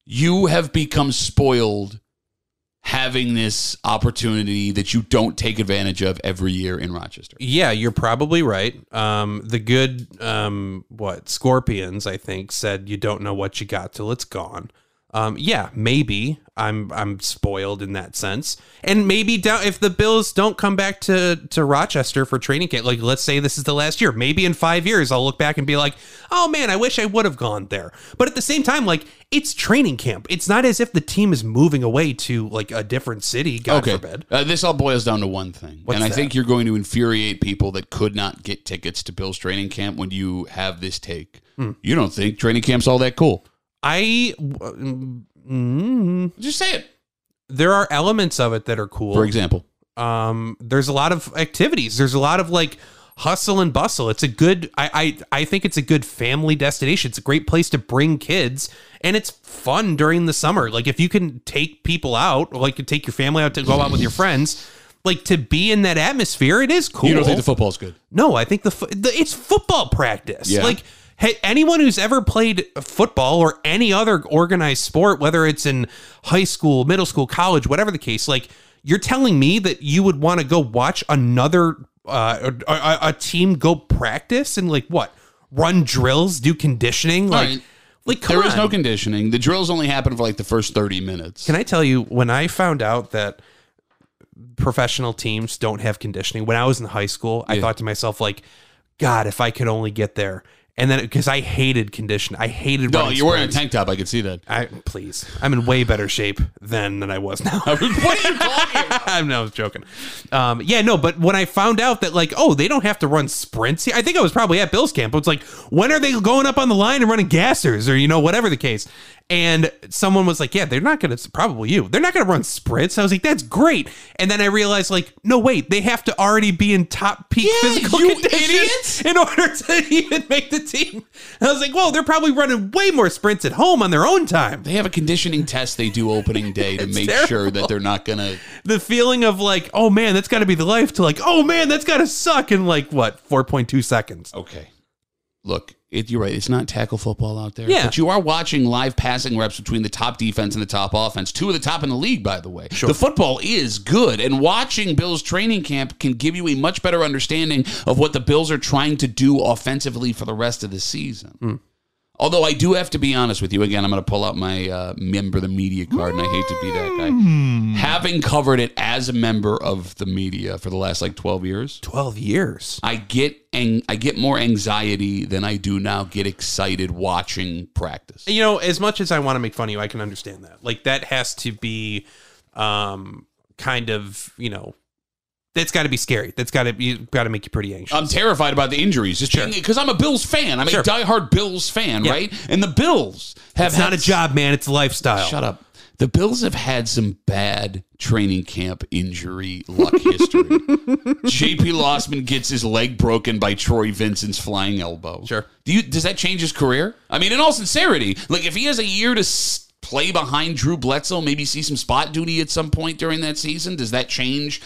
B: You have become spoiled having this opportunity that you don't take advantage of every year in Rochester.
A: Yeah, you're probably right. Um, the good, um, what Scorpions, I think, said you don't know what you got till it's gone. Um, yeah, maybe I'm I'm spoiled in that sense, and maybe down if the Bills don't come back to to Rochester for training camp, like let's say this is the last year, maybe in five years I'll look back and be like, oh man, I wish I would have gone there. But at the same time, like it's training camp. It's not as if the team is moving away to like a different city. God forbid.
B: Uh, this all boils down to one thing.
A: What's
B: and I
A: that?
B: think you're going to infuriate people that could not get tickets to Bill's training camp when you have this take.
A: Hmm.
B: You don't think training camp's all that cool.
A: I. w- mm,
B: Just say it.
A: there are elements of it that are cool.
B: For example,
A: um, there's a lot of activities. There's a lot of like hustle and bustle. It's a good. I I I think it's a good family destination. It's a great place to bring kids, and it's fun during the summer. Like if you can take people out, like you take your family out to go out with your friends. Like to be in that atmosphere, it is cool.
B: you don't think the football's good.
A: No, I think the, fo- the it's football practice.
B: Yeah.
A: Like hey, anyone who's ever played football or any other organized sport, whether it's in high school, middle school, college, whatever the case, like you're telling me that you would want to go watch another uh, a, a, a team go practice and like what run drills, do conditioning, like
B: right.
A: like come
B: There is
A: on.
B: no conditioning. The drills only happen for like the first 30 minutes.
A: Can I tell you when I found out that professional teams don't have conditioning? When I was in high school, I thought to myself like, God, if I could only get there. And then because I hated conditioning, I hated.
B: no,
A: running
B: you're wearing a
A: sprints.
B: tank top. I can see that.
A: I please, I'm in way better shape then than I was now.
B: what are you talking about?
A: I'm no I was joking. Um, yeah, no, but when I found out that like, oh, they don't have to run sprints here. I think I was probably at Bills camp. It's like, when are they going up on the line and running gassers or you know whatever the case? And someone was like, yeah, they're not gonna probably you. They're not gonna run sprints. I was like, that's great. And then I realized like, no wait, they have to already be in top peak
B: Yeah,
A: physical
B: you
A: condition
B: idiots.
A: in order to even make the team. And I was like, whoa, they're probably running way more sprints at home on their own time.
B: They have a conditioning test they do opening day to make sure that they're not going to.
A: the feeling of like, oh man, that's got to be the life to like, oh man, that's got to suck in like what 4.2 seconds.
B: Okay. Look, it, you're right. It's not tackle football out there.
A: Yeah.
B: But you are watching live passing reps between the top defense and the top offense. Two of the top in the league, by the way. The football is good. And watching Bills training camp can give you a much better understanding of what the Bills are trying to do offensively for the rest of the season. Although I do have to be honest with you, again, I'm going to pull out my uh, member of the media card, and I hate to be that guy. Having covered it as a member of the media for the last like 12 years,
A: 12 years.
B: I get ang- I get more anxiety than I do now get excited watching practice.
A: You know, as much as I want to make fun of you, I can understand that. Like that has to be um kind of, you know, that's got to be scary. That's got to you got to make you pretty anxious.
B: I'm terrified about the injuries, just because I'm a Bills fan. I'm
A: Sure.
B: a diehard Bills fan,
A: Yeah.
B: right? And the Bills have
A: it's not
B: had-
A: a job, man. It's a lifestyle.
B: Shut up. The Bills have had some bad training camp injury luck history. JP Lossman gets his leg broken by Troy Vincent's flying elbow.
A: Sure.
B: Do you does that change his career? I mean, in all sincerity, like if he has a year to s- play behind Drew Bledsoe, maybe see some spot duty at some point during that season, does that change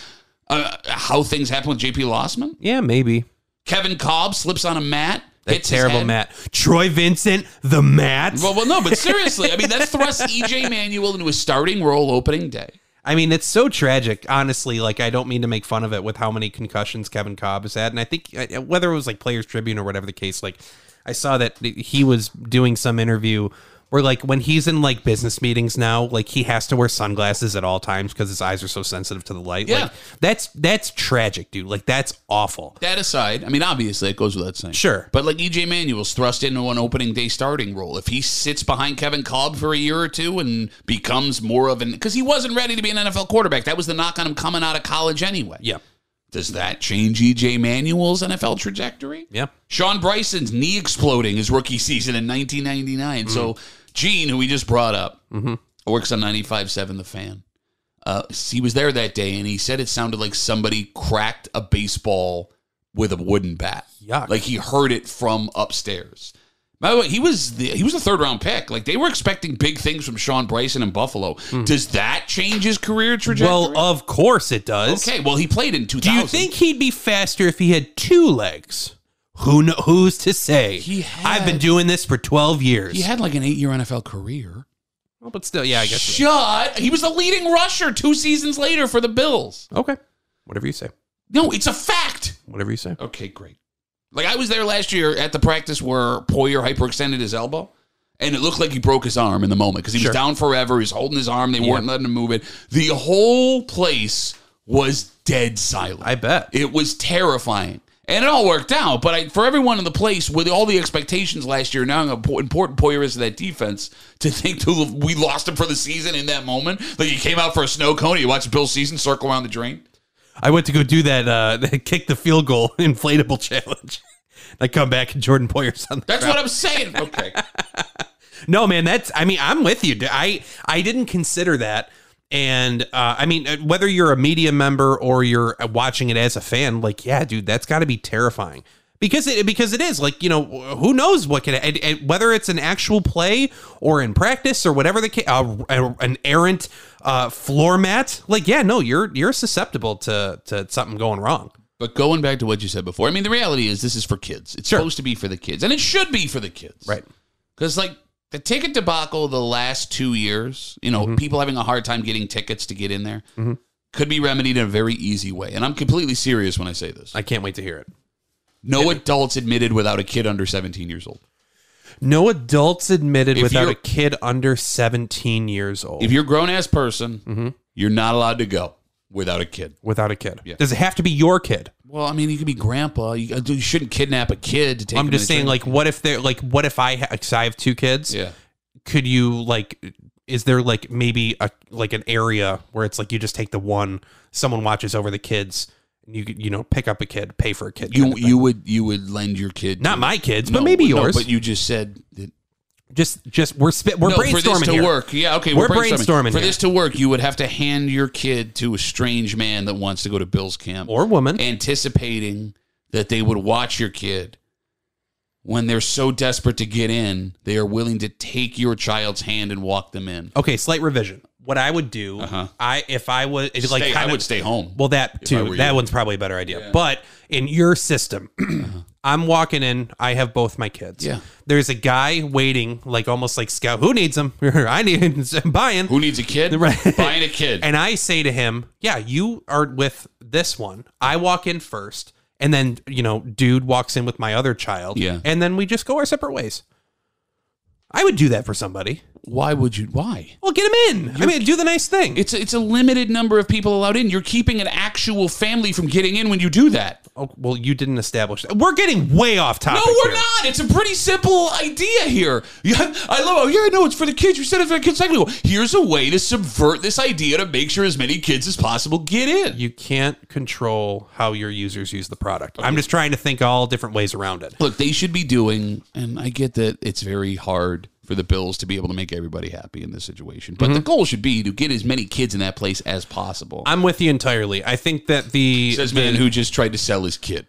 B: uh, how things happen with JP Lossman?
A: Yeah, maybe.
B: Kevin Cobb slips on a mat.
A: That
B: hits his
A: terrible
B: head.
A: Matt. Troy Vincent, the Matt.
B: Well, well, no, but seriously, I mean that thrusts EJ Manuel into a starting role opening day.
A: I mean, it's so tragic, honestly. Like, I don't mean to make fun of it with how many concussions Kevin Cobb has had. And I think uh, whether it was like Players Tribune or whatever the case, like, I saw that he was doing some interview where, like, when he's in like business meetings now, like, he has to wear sunglasses at all times because his eyes are so sensitive to the light.
B: Yeah.
A: Like, that's that's tragic, dude. Like, that's awful.
B: That aside, I mean, obviously it goes without saying.
A: Sure.
B: But like EJ Manuel's thrust into an opening day starting role. If he sits behind Kevin Cobb for a year or two and becomes more of an because he wasn't ready to be an NFL quarterback. That was the knock on him coming out of college anyway.
A: Yeah.
B: Does that change EJ Manuel's NFL trajectory?
A: Yeah.
B: Sean Bryson's knee exploding his rookie season in 1999. So Gene, who we just brought up,
A: Mm-hmm.
B: works on 95.7 The Fan. Uh, he was there that day, and he said it sounded like somebody cracked a baseball with a wooden bat.
A: Yuck.
B: Like he heard it from upstairs. By the way, he was the, he was a third round pick. Like they were expecting big things from Sean Bryson in Buffalo. Does that change his career trajectory?
A: Mm-hmm. Well, of course it does.
B: okay. Well, he played in 2000.
A: Do you think he'd be faster if he had two legs? Who kn- who's to say?
B: He
A: I've been
B: had-
A: doing this for 12 years.
B: he had like an eight year NFL career?
A: Well, but still, yeah, I guess. so.
B: Shut. He was the leading rusher two seasons later for the Bills.
A: Okay. Whatever you say.
B: No, it's a fact.
A: Whatever you say.
B: Okay, great. Like I was there last year at the practice where Poyer hyperextended his elbow, and it looked like he broke his arm in the moment because he
A: Sure.
B: was down forever. He's holding his arm; they weren't letting him move it. The whole place was dead silent.
A: I bet.
B: It was terrifying. And it all worked out, but I, for everyone in the place with all the expectations last year, now how impo- important Poyer is to that defense, to think to, we lost him for the season in that moment. Like you came out for a snow cone, you watched Bill season circle around the drain.
A: I went to go do that uh that kick the field goal inflatable challenge. I come back and Jordan Poyer's on the
B: That's what I'm saying. Okay.
A: No, man, that's. I mean, I'm with you. I I didn't consider that. And uh, I mean, uh, whether you're a media member or you're uh, watching it as a fan, like, yeah, dude, that's got to be terrifying because it because it is like you know who knows what could and, and whether it's an actual play or in practice or whatever the case, uh, a- an errant uh, floor mat. Like, yeah, no, you're you're susceptible to to something going wrong.
B: But going back to what you said before, I mean, the reality is this is for kids. It's
A: Sure.
B: supposed to be for the kids, and it should be for the kids,
A: Right.
B: Because like the ticket debacle the last two years, you
A: Mm-hmm.
B: know, people having a hard time getting tickets to get in there could be remedied in a very easy way. And I'm completely serious when I say this.
A: I can't wait to hear it.
B: no adults admitted without a kid under 17 years old.
A: No adults admitted
B: If
A: without
B: you're-
A: a kid under 17 years old.
B: If you're a grown ass person,
A: Mm-hmm.
B: you're not allowed to go without a kid.
A: without a kid.
B: Yeah.
A: Does it have to be your kid?
B: Well, I mean, you could be grandpa. You, uh, you shouldn't kidnap a kid to take.
A: I'm
B: him
A: just
B: to the
A: saying,
B: train.
A: like, what if they're like, what if I, ha- 'cause I have two kids?
B: yeah.
A: Could you like, is there like maybe a like an area where it's like you just take the one, someone watches over the kids, and you could, you know pick up a kid, pay for a kid,
B: You
A: kind of thing.
B: you would you would lend your kid
A: not
B: to-
A: my kids, but
B: No,
A: maybe
B: no,
A: yours.
B: but you just said that
A: just just we're spit we're
B: No,
A: brainstorming
B: for this to
A: here.
B: work. Yeah, okay,
A: We're brainstorming
B: for
A: here.
B: this to work. You would have to hand your kid to a strange man that wants to go to Bill's camp,
A: or woman.
B: anticipating that they would watch your kid. When they're so desperate to get in, they are willing to take your child's hand and walk them in.
A: okay, slight revision. What I would do,
B: Uh-huh.
A: I if I was it's like
B: Stay- I
A: kinda-
B: would stay home.
A: Well, that
B: I
A: too.
B: were
A: That
B: you.
A: one's probably a better idea. But in your system, I'm walking in. I have both my kids.
B: Uh-huh. Yeah.
A: There's a guy waiting, like almost like scout. Who needs him? I need him. I'm buying.
B: Who needs a kid?
A: Right.
B: Buying a kid.
A: And I say to him, "Yeah, you are with this one. I walk in first, and then you know, dude walks in with my other child.
B: Yeah.
A: And then we just go our separate ways. I would do that for somebody.
B: why would you? Why?
A: Well, get him in. I mean, do the nice thing.
B: It's a, it's a limited number of people allowed in. You're keeping an actual family from getting in when you do that.
A: oh, well, you didn't establish that. We're getting way off topic.
B: No, we're
A: here.
B: not. It's a pretty simple idea here. Yeah, I love. Oh, yeah, I know it's for the kids. You said it's for the kids. Technical. Here's a way to subvert this idea to make sure as many kids as possible get in.
A: you can't control how your users use the product. I'm just trying to think all different ways around it.
B: Look, they should be doing, and I get that it's very hard for the Bills to be able to make everybody happy in this situation. But the goal should be to get as many kids in that place as possible.
A: I'm with you entirely. I think that the,
B: Says
A: the
B: man who just tried to sell his kid.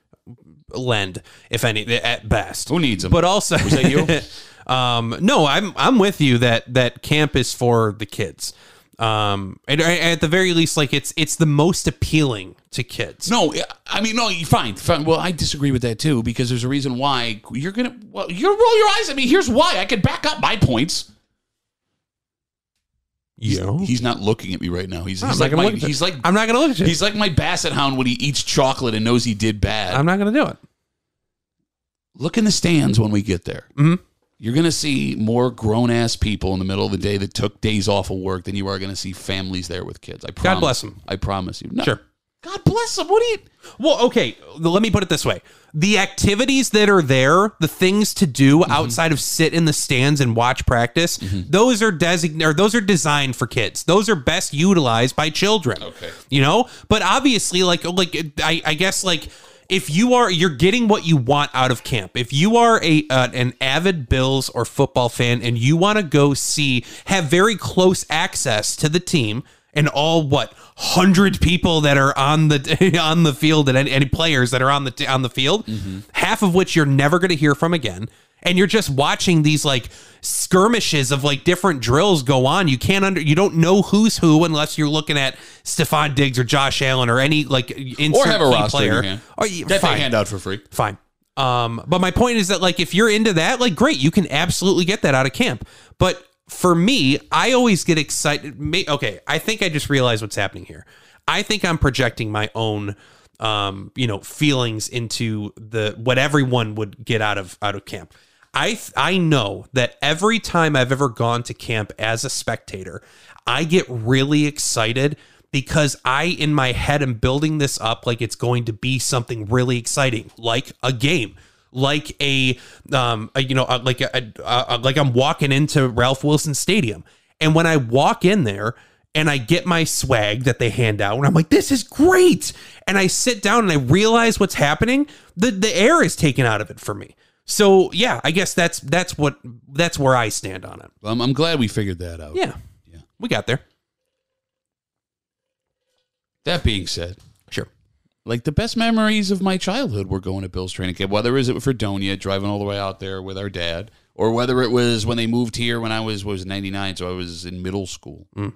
A: lend, if any, at best.
B: Who needs him?
A: But also,
B: Was that you?
A: um, no, I'm I'm with you that that camp is for the kids. Um, and I- at the very least, like it's it's the most appealing to kids.
B: No, I mean, no, you fine, fine. Well, I disagree with that too because there's a reason why you're gonna. Well, you roll your eyes at me. Here's why. I could back up my points.
A: you know,
B: He's not looking at me right now. He's,
A: I'm
B: he's
A: not
B: like
A: gonna
B: my,
A: look at you.
B: he's like
A: I'm not gonna look at you.
B: he's like my basset hound when he eats chocolate and knows he did bad.
A: I'm not gonna do it.
B: Look in the stands when we get there.
A: Mhm.
B: You're gonna see more grown ass people in the middle of the day that took days off of work than you are gonna see families there with kids. I promise.
A: bless 'em.
B: I promise you. No.
A: Sure.
B: God bless them. What do you?
A: Well, okay, let me put it this way. The activities that are there, the things to do
B: Mm-hmm.
A: outside of sit in the stands and watch practice, those are design or those are designed for kids. Those are best utilized by children.
B: Okay.
A: You know? But obviously like like I, I guess like if you are you're getting what you want out of camp. If you are a uh, an avid Bills or football fan and you want to go see have very close access to the team and all what hundred people that are on the on the field and any, any players that are on the on the field,
B: Mm-hmm.
A: half of which you're never going to hear from again, and you're just watching these like skirmishes of like different drills go on. You can't under you don't know who's who unless you're looking at Stephon Diggs or Josh Allen or any like insert
B: or have a
A: key
B: roster in
A: player.
B: your hand.
A: Or, you-
B: Get that
A: fine.
B: hand out for free.
A: fine. Um, but my point is that like if you're into that, like great, you can absolutely get that out of camp. But for me, I always get excited. May, okay, I think I just realized what's happening here. I think I'm projecting my own, um, you know, feelings into the what everyone would get out of out of camp. I th- I know that every time I've ever gone to camp as a spectator, I get really excited because I in my head am building this up like it's going to be something really exciting, like a game, like a um a- you know a- like a, a, a like I'm walking into Ralph Wilson Stadium, and when I walk in there. And I get my swag that they hand out, and I'm like, "This is great!" And I sit down and I realize what's happening. the The air is taken out of it for me. So yeah, I guess that's that's what that's where I stand on it.
B: Um, I'm glad we figured that out.
A: Yeah,
B: Yeah.
A: we got there.
B: That being said,
A: Sure.
B: like the best memories of my childhood were going to Bill's training camp, whether it was at Fredonia, driving all the way out there with our dad, or whether it was when they moved here when I was what was ninety nine, so I was in middle school.
A: Mm.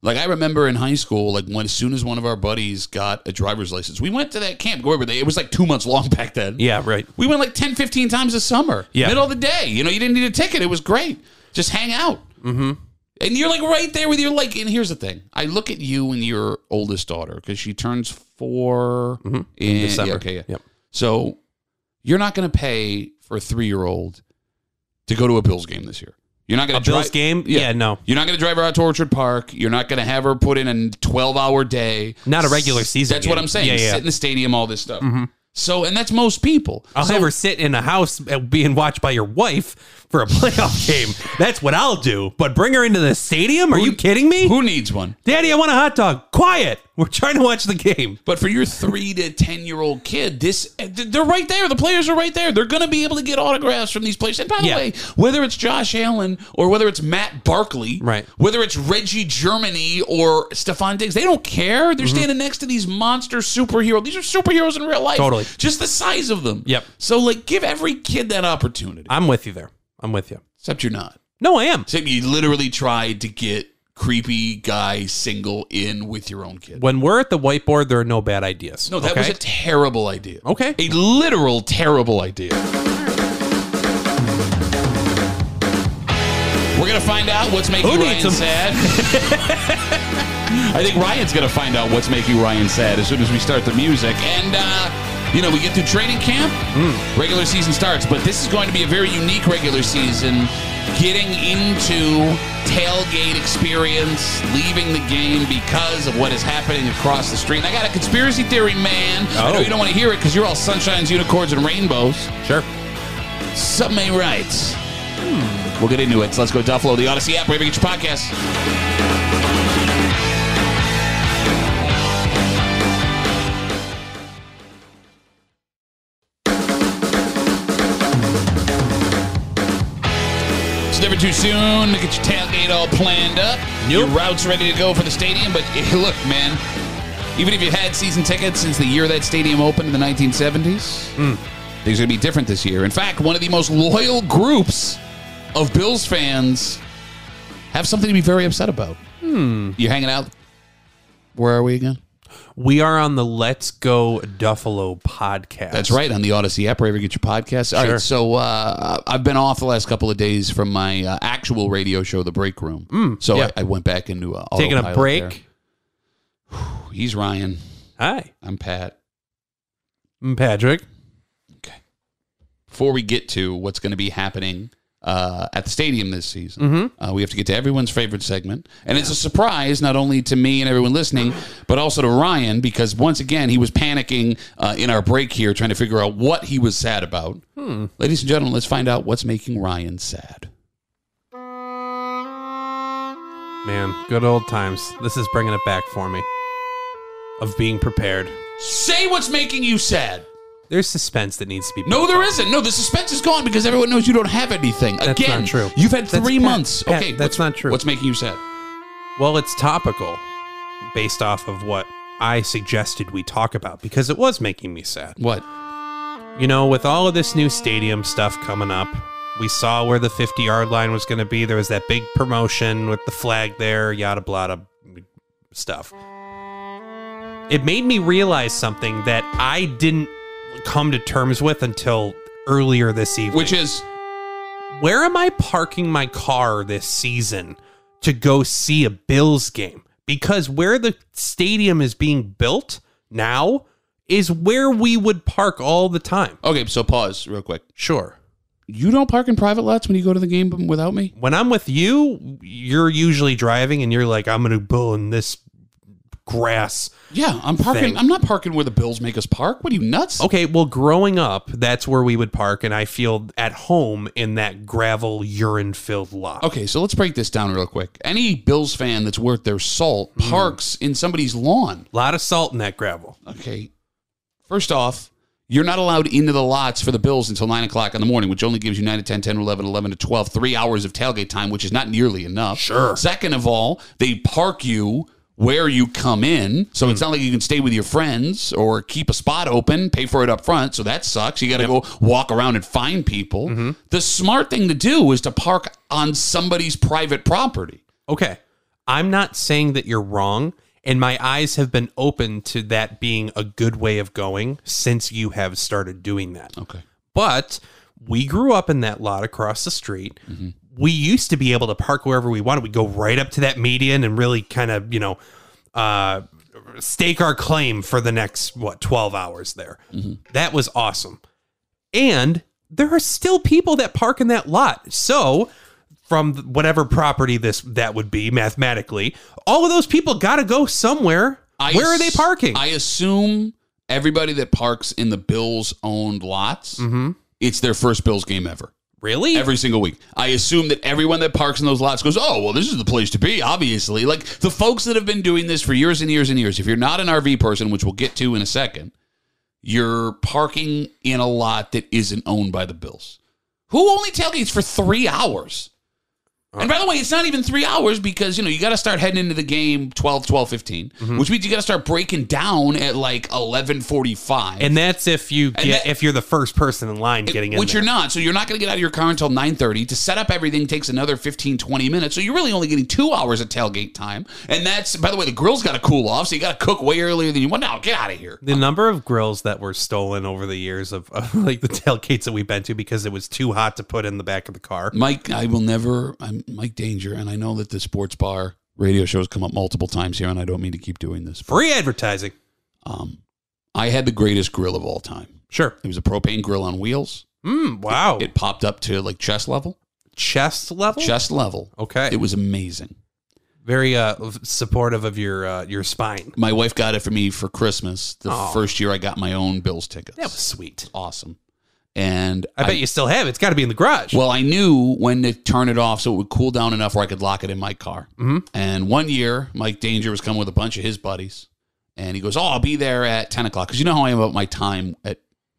B: Like I remember in high school, like when as soon as one of our buddies got a driver's license, we went to that camp. Go over there. It was like two months long back then.
A: Yeah, right.
B: We went like 10, 15 times a summer.
A: Yeah.
B: Middle of the day. You know, you didn't need a ticket. It was great. Just hang out. Mm-hmm. And you're like right there with your like. And here's the thing. I look at you and your oldest daughter because she turns 4 in,
A: Mm-hmm. December.
B: Yeah, okay. Yeah.
A: Yep.
B: So you're not going to pay for a three year old to go to a Bills game this year. You're not going
A: A
B: to
A: Bills game? Yeah, no.
B: You're not going to drive her out to Orchard Park. You're not going to have her put in a 12 hour day.
A: Not a regular season
B: That's
A: game.
B: what I'm saying.
A: Yeah, yeah.
B: Sit in the stadium, all this stuff. So, and that's most people.
A: I'll
B: So-
A: have her sit in a house and being watched by your wife for a playoff game. That's what I'll do. But bring her into the stadium? Are you kidding me?
B: Who needs one?
A: Daddy, I want a hot dog. Quiet. We're trying to watch the game.
B: But for your three to ten year old kid, this they're right there. The players are right there. They're going to be able to get autographs from these players. And by the
A: Yeah.
B: way, whether it's Josh Allen or whether it's Matt Barkley,
A: Right.
B: Whether it's Reggie Germany or Stefan Diggs, they don't care.
A: Mm-hmm.
B: They're standing next to these monster superheroes. These are superheroes in real life.
A: Totally.
B: Just the size of them.
A: Yep.
B: So like, give every kid that opportunity.
A: I'm with you there. I'm with you.
B: Except you're not.
A: No, I am.
B: Except you literally tried to get creepy guy single in with your own kid.
A: When we're at the whiteboard, there are no bad ideas.
B: No, that
A: okay?
B: was a terrible idea.
A: Okay.
B: A literal terrible idea. We're going to find out what's making
A: Who
B: Ryan
A: needs 'em?
B: sad. I think Ryan's going to find out what's making Ryan sad as soon as we start the music. And, uh, you know, we get through training camp, regular season starts, but this is going to be a very unique regular season. Getting into tailgate experience, leaving the game because of what is happening across the street. And I got a conspiracy theory, man. I know
A: Oh.
B: you don't want to hear it because you're all sunshines, unicorns, and rainbows.
A: Sure.
B: Something ain't right. Hmm. We'll get into it. So let's go Duffalo, the Odyssey app, wherever you get your podcast. It's never too soon to get your tailgate all planned up. Your route's ready to go for the stadium, but eh, look, man, even if you had season tickets since the year that stadium opened in the 1970s, things are going to be different this year. In fact, one of the most loyal groups of Bills fans have something to be very upset about. Hmm. You hanging out? Where are we again?
A: We are on the Let's Go Duffalo podcast.
B: That's right on the Odyssey app, wherever you get your podcasts. All right,
A: Sure.
B: so uh, I've been off the last couple of days from my uh, actual radio show, The Break Room. so
A: Hmm, yeah.
B: I, I went back into uh,
A: Taking a
B: autopilot
A: break.
B: there. He's Ryan.
A: Hi,
B: I'm Pat.
A: I'm Patrick.
B: Before we get to what's going to be happening uh, at the stadium this season,
A: Mm-hmm.
B: uh, we have to get to everyone's favorite segment, and it's a surprise not only to me and everyone listening, but also to Ryan because once again he was panicking uh, in our break here, trying to figure out what he was sad about.
A: Hmm.
B: Ladies and gentlemen, let's find out what's making Ryan sad.
A: Man, good old times. This is bringing it back for me. Of being prepared.
B: Say what's making you sad.
A: There's suspense that needs to be.
B: No,
A: built
B: there
A: up.
B: isn't. No, the suspense is gone because everyone knows you don't have anything.
A: That's
B: Again,
A: not true.
B: You've had
A: That's
B: three
A: Pat-
B: months.
A: Pat,
B: okay, what's-
A: that's not true.
B: What's making you sad?
A: Well, it's topical. based off of what I suggested we talk about because it was making me sad.
B: What?
A: You know, with all of this new stadium stuff coming up, we saw where the 50 yard line was going to be. There was that big promotion with the flag there, yada, blada, stuff. It made me realize something that I didn't come to terms with until earlier this evening.
B: Which is
A: where am I parking my car this season to go see a Bills game? Because where the stadium is being built now is where we would park all the time.
B: okay. So pause real quick.
A: Sure.
B: You don't park in private lots when you go to the game without me.
A: When I'm with you, you're usually driving and you're like, I'm going to bull in this grass.
B: Yeah, I'm Oh. parking.
A: Thing.
B: I'm not parking where the Bills make us park. What are you nuts?
A: Okay, well, growing up, that's where we would park, and I feel at home in that gravel, urine filled lot.
B: Okay, so let's break this down real quick. Any Bills fan that's worth their salt parks in somebody's lawn.
A: A lot of salt in that gravel.
B: Okay. First off, you're not allowed into the lots for the Bills until 9 o'clock in the morning, which only gives you 9 to 10, 10 to 11, 11 to 12, three hours of tailgate time, which is not nearly enough.
A: Sure.
B: Second of all, they park you where you come in. So it's not like you can stay with your friends or keep a spot open, pay for it up front. So that sucks. You got to go walk around and find people. The smart thing to do is to park on somebody's private property.
A: Okay. I'm not saying that you're wrong, and my eyes have been open to that being a good way of going since you have started doing that.
B: Okay.
A: But we grew up in that lot across the street. We used to be able to park wherever we wanted. We'd go right up to that median and really kind of, you know, uh, stake our claim for the next, what, 12 hours there. That was awesome. And there are still people that park in that lot. So from whatever property this that would be mathematically, all of those people got to go somewhere. Where are they
B: ass-
A: parking?
B: I assume everybody that parks in the Bills owned lots,
A: Mm-hmm.
B: it's their first Bills game ever.
A: really?
B: Every single week. I assume that everyone that parks in those lots goes, oh, well, this is the place to be, obviously. Like the folks that have been doing this for years and years and years, if you're not an RV person, which we'll get to in a second, you're parking in a lot that isn't owned by the Bills. Who only tailgates for three hours? And by the way, it's not even three hours because, you know, you got to start heading into the game 12, 12, 15, which means you got to start breaking down at like 11, 45.
A: and that's if you get
B: that-
A: if you're the first person in line getting in.
B: which
A: there.
B: you're not. So you're not going to get out of your car until 9:30. To set up everything takes another 15 20 minutes. So you're really only getting 2 hours of tailgate time. And that's by the way the grill's got to cool off, so you got to cook way earlier than you want. Now, get out of here.
A: the number of grills that were stolen over the years of, of like the tailgates that we've been to because it was too hot to put in the back of the car.
B: Mike, I will never I'm Mike Danger and I know that the sports bar radio shows come up multiple times here and I don't mean to keep doing this. but,
A: Free advertising.
B: Um I had the greatest grill of all time.
A: Sure.
B: It was a propane grill on wheels.
A: Mm, wow.
B: It popped up to like chest level.
A: Chest level.
B: Chest level.
A: Okay.
B: It was amazing.
A: Very uh, supportive of your uh, your spine.
B: My wife got it for me for Christmas. The
A: Aw.
B: first year I got my own Bills tickets.
A: That was sweet.
B: awesome. And
A: I bet you still have it. It's got to be in the garage.
B: Well, I knew when to turn it off so it would cool down enough where I could lock it in my car. Mm-hmm. And one year, Mike Danger was coming with a bunch of his buddies, and he goes, "Oh, I'll be there at ten o'clock because you know how I am about my time at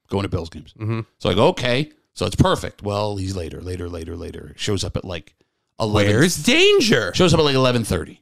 B: going to Bills games." Mm-hmm. So I go, "Okay, so it's perfect." Well, he's later, later, later, later. Shows up at like eleven
A: Where's danger?
B: Shows up at like eleven thirty.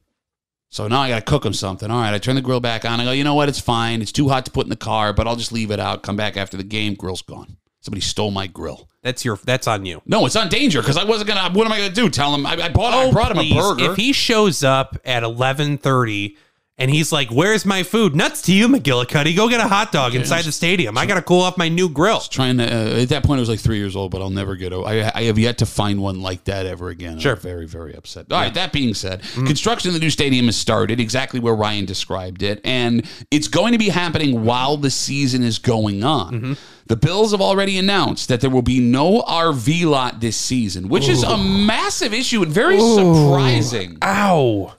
B: So now I gotta cook him something. All right, I turn the grill back on. I go, you know what? It's fine. It's too hot to put in the car, but I'll just leave it out. Come back after the game. Grill's gone. Somebody stole my grill.
A: That's your. That's on you.
B: No, it's on danger because I wasn't gonna. What am I gonna do? Tell him I, I bought. I brought him
A: Oh, Please,
B: a burger.
A: If he shows up at eleven thirty and he's like, "Where's my food?" Nuts to you, McGillicuddy. Go get a hot dog inside the stadium. I gotta cool off my new grill.
B: trying to uh, at that point, I was like three years old, but I'll never get. o- I I have yet to find one like that ever again.
A: Sure. Mm.
B: I'm very very upset. All right. That being said, construction of the new stadium has started exactly where Ryan described it, and it's going to be happening while the season is going on.
A: Mm-hmm.
B: The Bills have already announced that there will be no RV lot this season, which is a massive issue and very surprising.
A: Ow,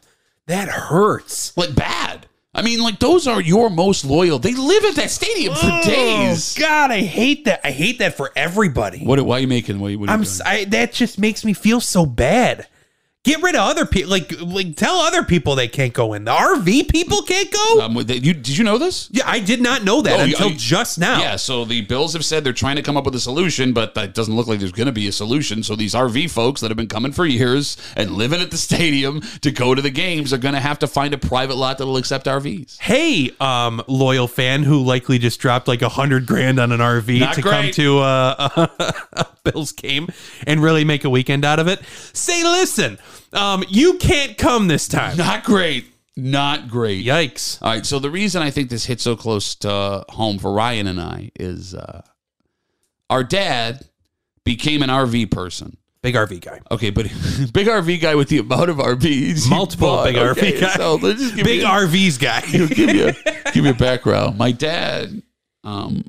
A: that hurts.
B: Like bad. I mean, like those are your most loyal. They live at that stadium for days.
A: Oh, God, I hate that. I hate that for everybody.
B: What? Why are you making? What, what are you
A: I'm.
B: doing?
A: si that just makes me feel so bad. Get rid of other people. Like, like tell other people they can't go in. The RV people can't go.
B: Um, with the- you, did you know this?
A: yeah, I did not know that
B: Oh, you-
A: until
B: you-
A: just now.
B: Yeah, so the Bills have said they're trying to come up with a solution, but that doesn't look like there's going to be a solution. So these RV folks that have been coming for years and living at the stadium to go to the games are going to have to find a private lot that'll accept RVs.
A: Hey, um, loyal fan who likely just dropped like a hundred grand on an RV
B: Not
A: to
B: great.
A: come to uh, a Bills game and really make a weekend out of it. Say, listen, um, you can't come this time.
B: Not great. Not great.
A: Yikes!
B: All right. So the reason I think this hit so close to home for Ryan and I is uh, our dad became an RV person.
A: Big RV guy.
B: Okay, but big RV guy with the amount of RVs, he
A: Multiple
B: bought.
A: big
B: Okay,
A: RV guy.
B: So let's just give
A: Big
B: you-
A: RVs guy.
B: give you a, give you a background. My dad, um,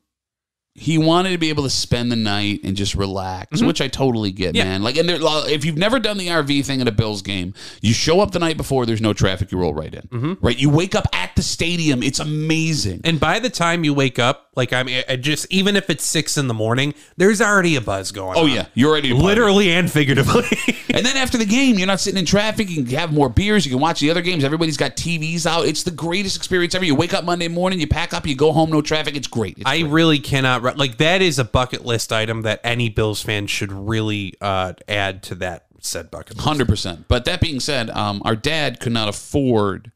B: he wanted to be able to spend the night and just relax, which I totally get,
A: Mm-hmm. Yeah.
B: man. Like, and there, if you've never done the RV thing at a Bills game, you show up the night before, there's no traffic, you roll right in, right? You wake up at the stadium, it's amazing.
A: Mm-hmm. And by the time you wake up, like I mean, I just even if it's six in the morning, there's already a buzz going.
B: Oh
A: on.
B: yeah, you're ready. To party.
A: literally and figuratively.
B: and then after the game, you're not sitting in traffic. You can have more beers. You can watch the other games. Everybody's got TVs out. It's the greatest experience ever. You wake up Monday morning, you pack up, you go home, no traffic. It's great. It's
A: I really cannot re- like that is a bucket list item that any Bills fan should really uh, add to that said bucket. list.
B: Hundred percent. But that being said, um, our dad could not afford,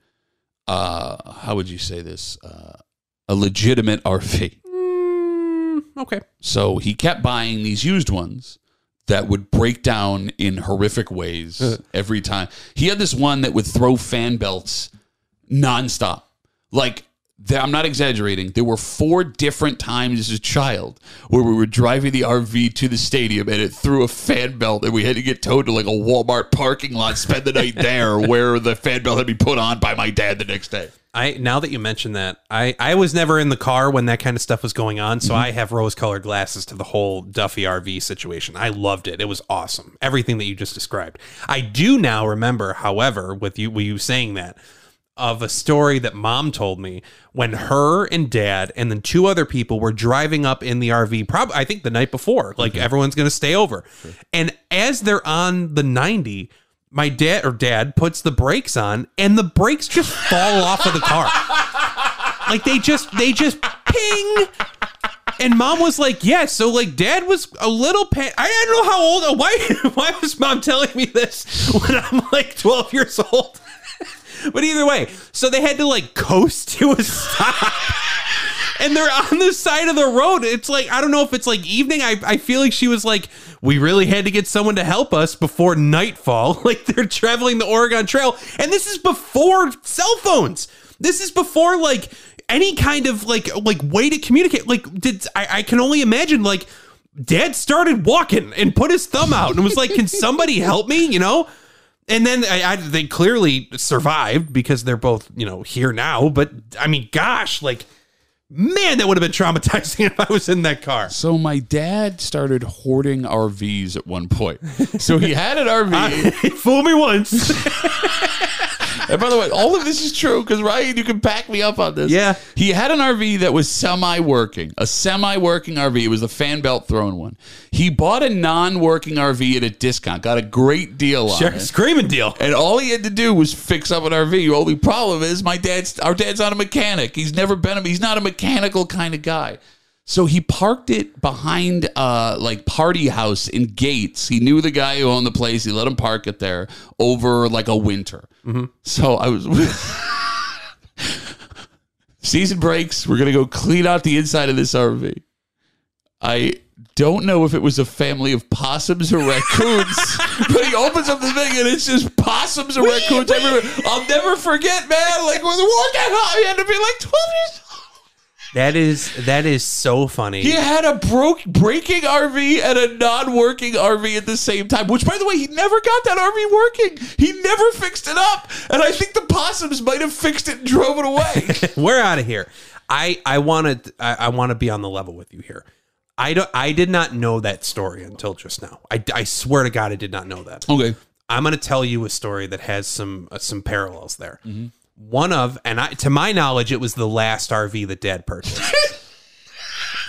B: uh, how would you say this, uh, a legitimate RV.
A: Okay,
B: So he kept buying these used ones that would break down in horrific ways every time. He had this one that would throw fan belts nonstop. Like, there, I'm not exaggerating. There were four different times as a child where we were driving the RV to the stadium and it threw a fan belt and we had to get towed to like a Walmart parking lot, spend the night there where the fan belt had to be put on by my dad the next day.
A: I now that you mention that, I I was never in the car when that kind of stuff was going on, so I have rose colored glasses to the whole Duffy RV situation. I loved it; it was awesome. Everything that you just described, I do now remember. However, with you, with you saying that. Of a story that mom told me when her and dad and then two other people were driving up in the RV, probably I think the night before, like everyone's going to stay over. And as they're on the 90, my dad or dad puts the brakes on and the brakes just fall off of the car like they just they just ping and mom was like yeah so like dad was a little pan- i don't know how old why why was mom telling me this when i'm like 12 years old but either way so they had to like coast to a stop and they're on the side of the road it's like i don't know if it's like evening i, I feel like she was like we really had to get someone to help us before nightfall like they're traveling the oregon trail and this is before cell phones this is before like any kind of like like way to communicate like did i, I can only imagine like dad started walking and put his thumb out and was like can somebody help me you know and then I, I, they clearly survived because they're both you know here now but i mean gosh like man that would have been traumatizing if i was in that car
B: So my dad started hoarding RVs at one point. So he had an RV.
A: fool me once
B: And by the way, all of this is true because Ryan, you can back me up on this.
A: Yeah.
B: He had an RV that was semi working, a semi working RV. It was the fan belt thrown one. He bought a non working RV at a discount, got a great deal on
A: sure,
B: it.
A: screaming deal
B: And all he had to do was fix up an RV. The only problem is my dad's our dad's not a mechanic. He's never been a he's not a mechanical kind of guy. So he parked it behind uh like party house in Gates. He knew the guy who owned the place. He let him park it there over like a winter. So I was season breaks. We're gonna go clean out the inside of this RV. I don't know if it was a family of possums or raccoons, but he opens up the thing and it's just possums and raccoons everywhere. I'll never forget, man. Like when the war got hot, he had to be like twelve years. old.
A: that is that is so funny
B: He had a broke breaking RV and a non-working RV at the same time. Which, by the way, he never got that RV working. He never fixed it up, and I think the possums might have fixed it and drove it away.
A: we're out of here i i want to i, I want to be on the level with you here i don't i did not know that story until just now i, I swear to god i did not know that
B: okay.
A: I'm going to tell you a story that has some uh, some parallels there. One of, and I, to my knowledge, it was the last RV that Dad purchased.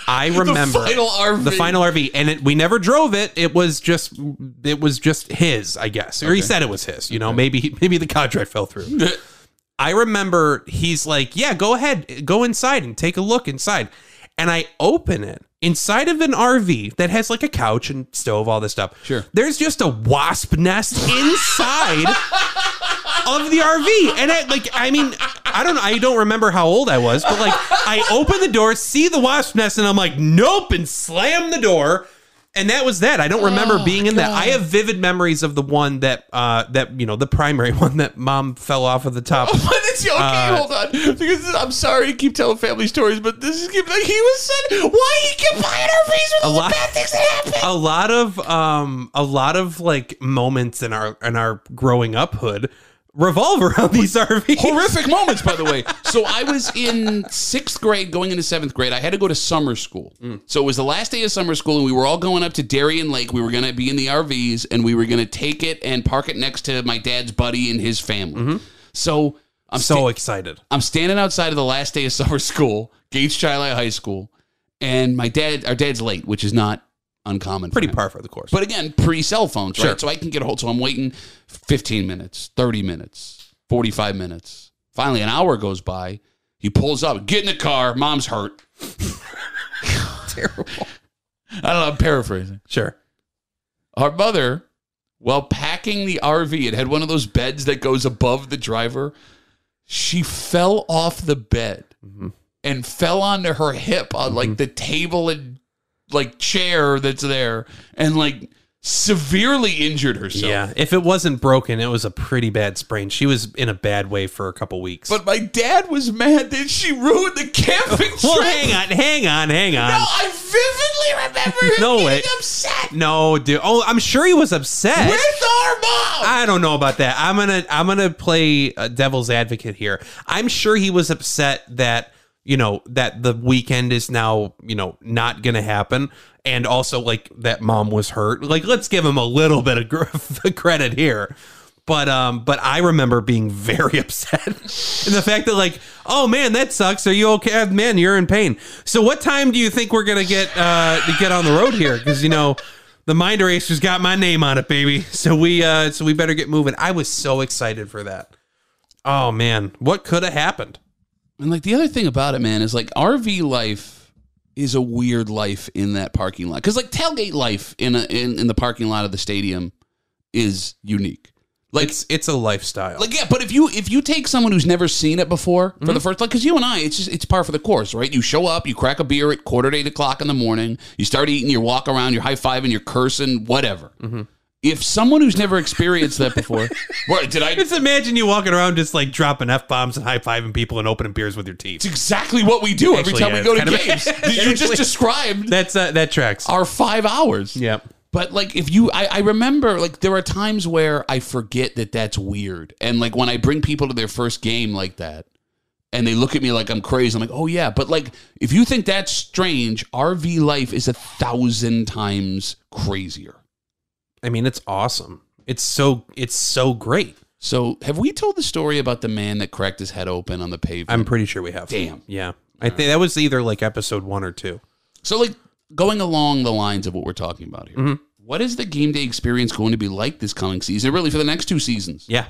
A: I remember
B: final RV.
A: The final RV, and it, we never drove it. It was just, it was just his, I guess, or he said it was his. You know, maybe maybe the contract fell through. I remember he's like, "Yeah, go ahead, go inside and take a look inside." And I open it inside of an RV that has like a couch and stove, all this stuff.
B: Sure.
A: there's just a wasp nest inside. of the RV. And I like I mean I don't I don't remember how old I was, but like I open the door, see the wasp nest, and I'm like, nope, and slam the door. And that was that. I don't
B: Oh
A: remember being in that. I have vivid memories of the one that uh that you know, the primary one that mom fell off of the top.
B: But it's okay. hold on, because I'm sorry to keep telling family stories, but this is like he was said. Why he kept buying RVs
A: A
B: when all
A: lot-
B: the bad things that happened?
A: a lot of um a lot of like moments in our in our growing up hood revolve around these RVs.
B: horrific moments, by the way. So I was in sixth grade, going into seventh grade. I had to go to summer school, so it was the last day of summer school, and we were all going up to Darien Lake. We were going to be in the RVs, and we were going to take it and park it next to my dad's buddy and his family. So I'm sta-
A: So excited.
B: I'm standing outside of the last day of summer school, Gates Chilai High School, and my dad, our dad's late, which is not uncommon. for
A: Pretty
B: him.
A: par for the course.
B: But again, pre cell phones,
A: Sure.
B: right? So I can get a hold. So I'm waiting 15 minutes, 30 minutes, 45 minutes. Finally, an hour goes by. He pulls up, get in the car. Mom's hurt.
A: terrible.
B: I don't know. I'm paraphrasing.
A: Sure.
B: Our mother, while packing the RV, it had one of those beds that goes above the driver. She fell off the bed
A: Mm-hmm.
B: and fell onto her hip on like the table and like chair that's there and like severely injured herself.
A: Yeah, if it wasn't broken, it was a pretty bad sprain. She was in a bad way for a couple weeks.
B: But my dad was mad that she ruined the camping trip.
A: well, hang on, hang on, hang
B: No,
A: on.
B: I vividly remember him
A: No
B: getting
A: way.
B: upset
A: No, dude. Oh, I'm sure he was upset.
B: with our mom.
A: I don't know about that. I'm gonna I'm gonna play uh, devil's advocate here. I'm sure he was upset that you know that the weekend is now you know not gonna happen, and also like that mom was hurt. Like let's give him a little bit of gr- credit here. But um, but I remember being very upset, and the fact that like, oh man, that sucks. Are you okay, Uh, man? You're in pain. So what time do you think we're gonna get uh to get on the road here? Because you know, the mind eraser's got my name on it, baby. So we uh so we better get moving. I was so excited for that. Oh man, what could have happened?
B: And like the other thing about it, man, is like RV life is a weird life in that parking lot because like tailgate life in a, in in the parking lot of the stadium is unique. Like
A: It's it's a lifestyle.
B: Like yeah, but if you if you take someone who's never seen it before for
A: Mm-hmm.
B: the first like because you and I it's just it's par for the course, right? You show up, you crack a beer at quarter to eight o'clock in the morning, you start eating, you walk around, you're high fiving, you're cursing, whatever.
A: Mm-hmm.
B: If someone who's never experienced that before, what did I?
A: just
B: It's
A: imagine you walking around just like dropping f bombs and high fiving people and opening beers with your teeth.
B: exactly what we do every
A: Actually,
B: time
A: yeah,
B: we go to
A: it's kind
B: games.
A: of-
B: that you just
A: Actually-
B: described
A: That's uh, that tracks.
B: our five hours.
A: Yep.
B: But like, if you, I, I remember like there are times where I forget that that's weird, and like when I bring people to their first game like that, and they look at me like I'm crazy, I'm like, oh yeah. But like, if you think that's strange, RV life is a thousand times crazier.
A: I mean, it's awesome. It's so it's so great.
B: So, have we told the story about the man that cracked his head open on the pavement?
A: I'm pretty sure we have.
B: Damn.
A: Yeah. I think that was either like episode one or two.
B: So, like, going along the lines of what we're talking about here,
A: Mm-hmm.
B: what is the game day experience going to be like this coming season? Really, for the next two seasons?
A: Yeah.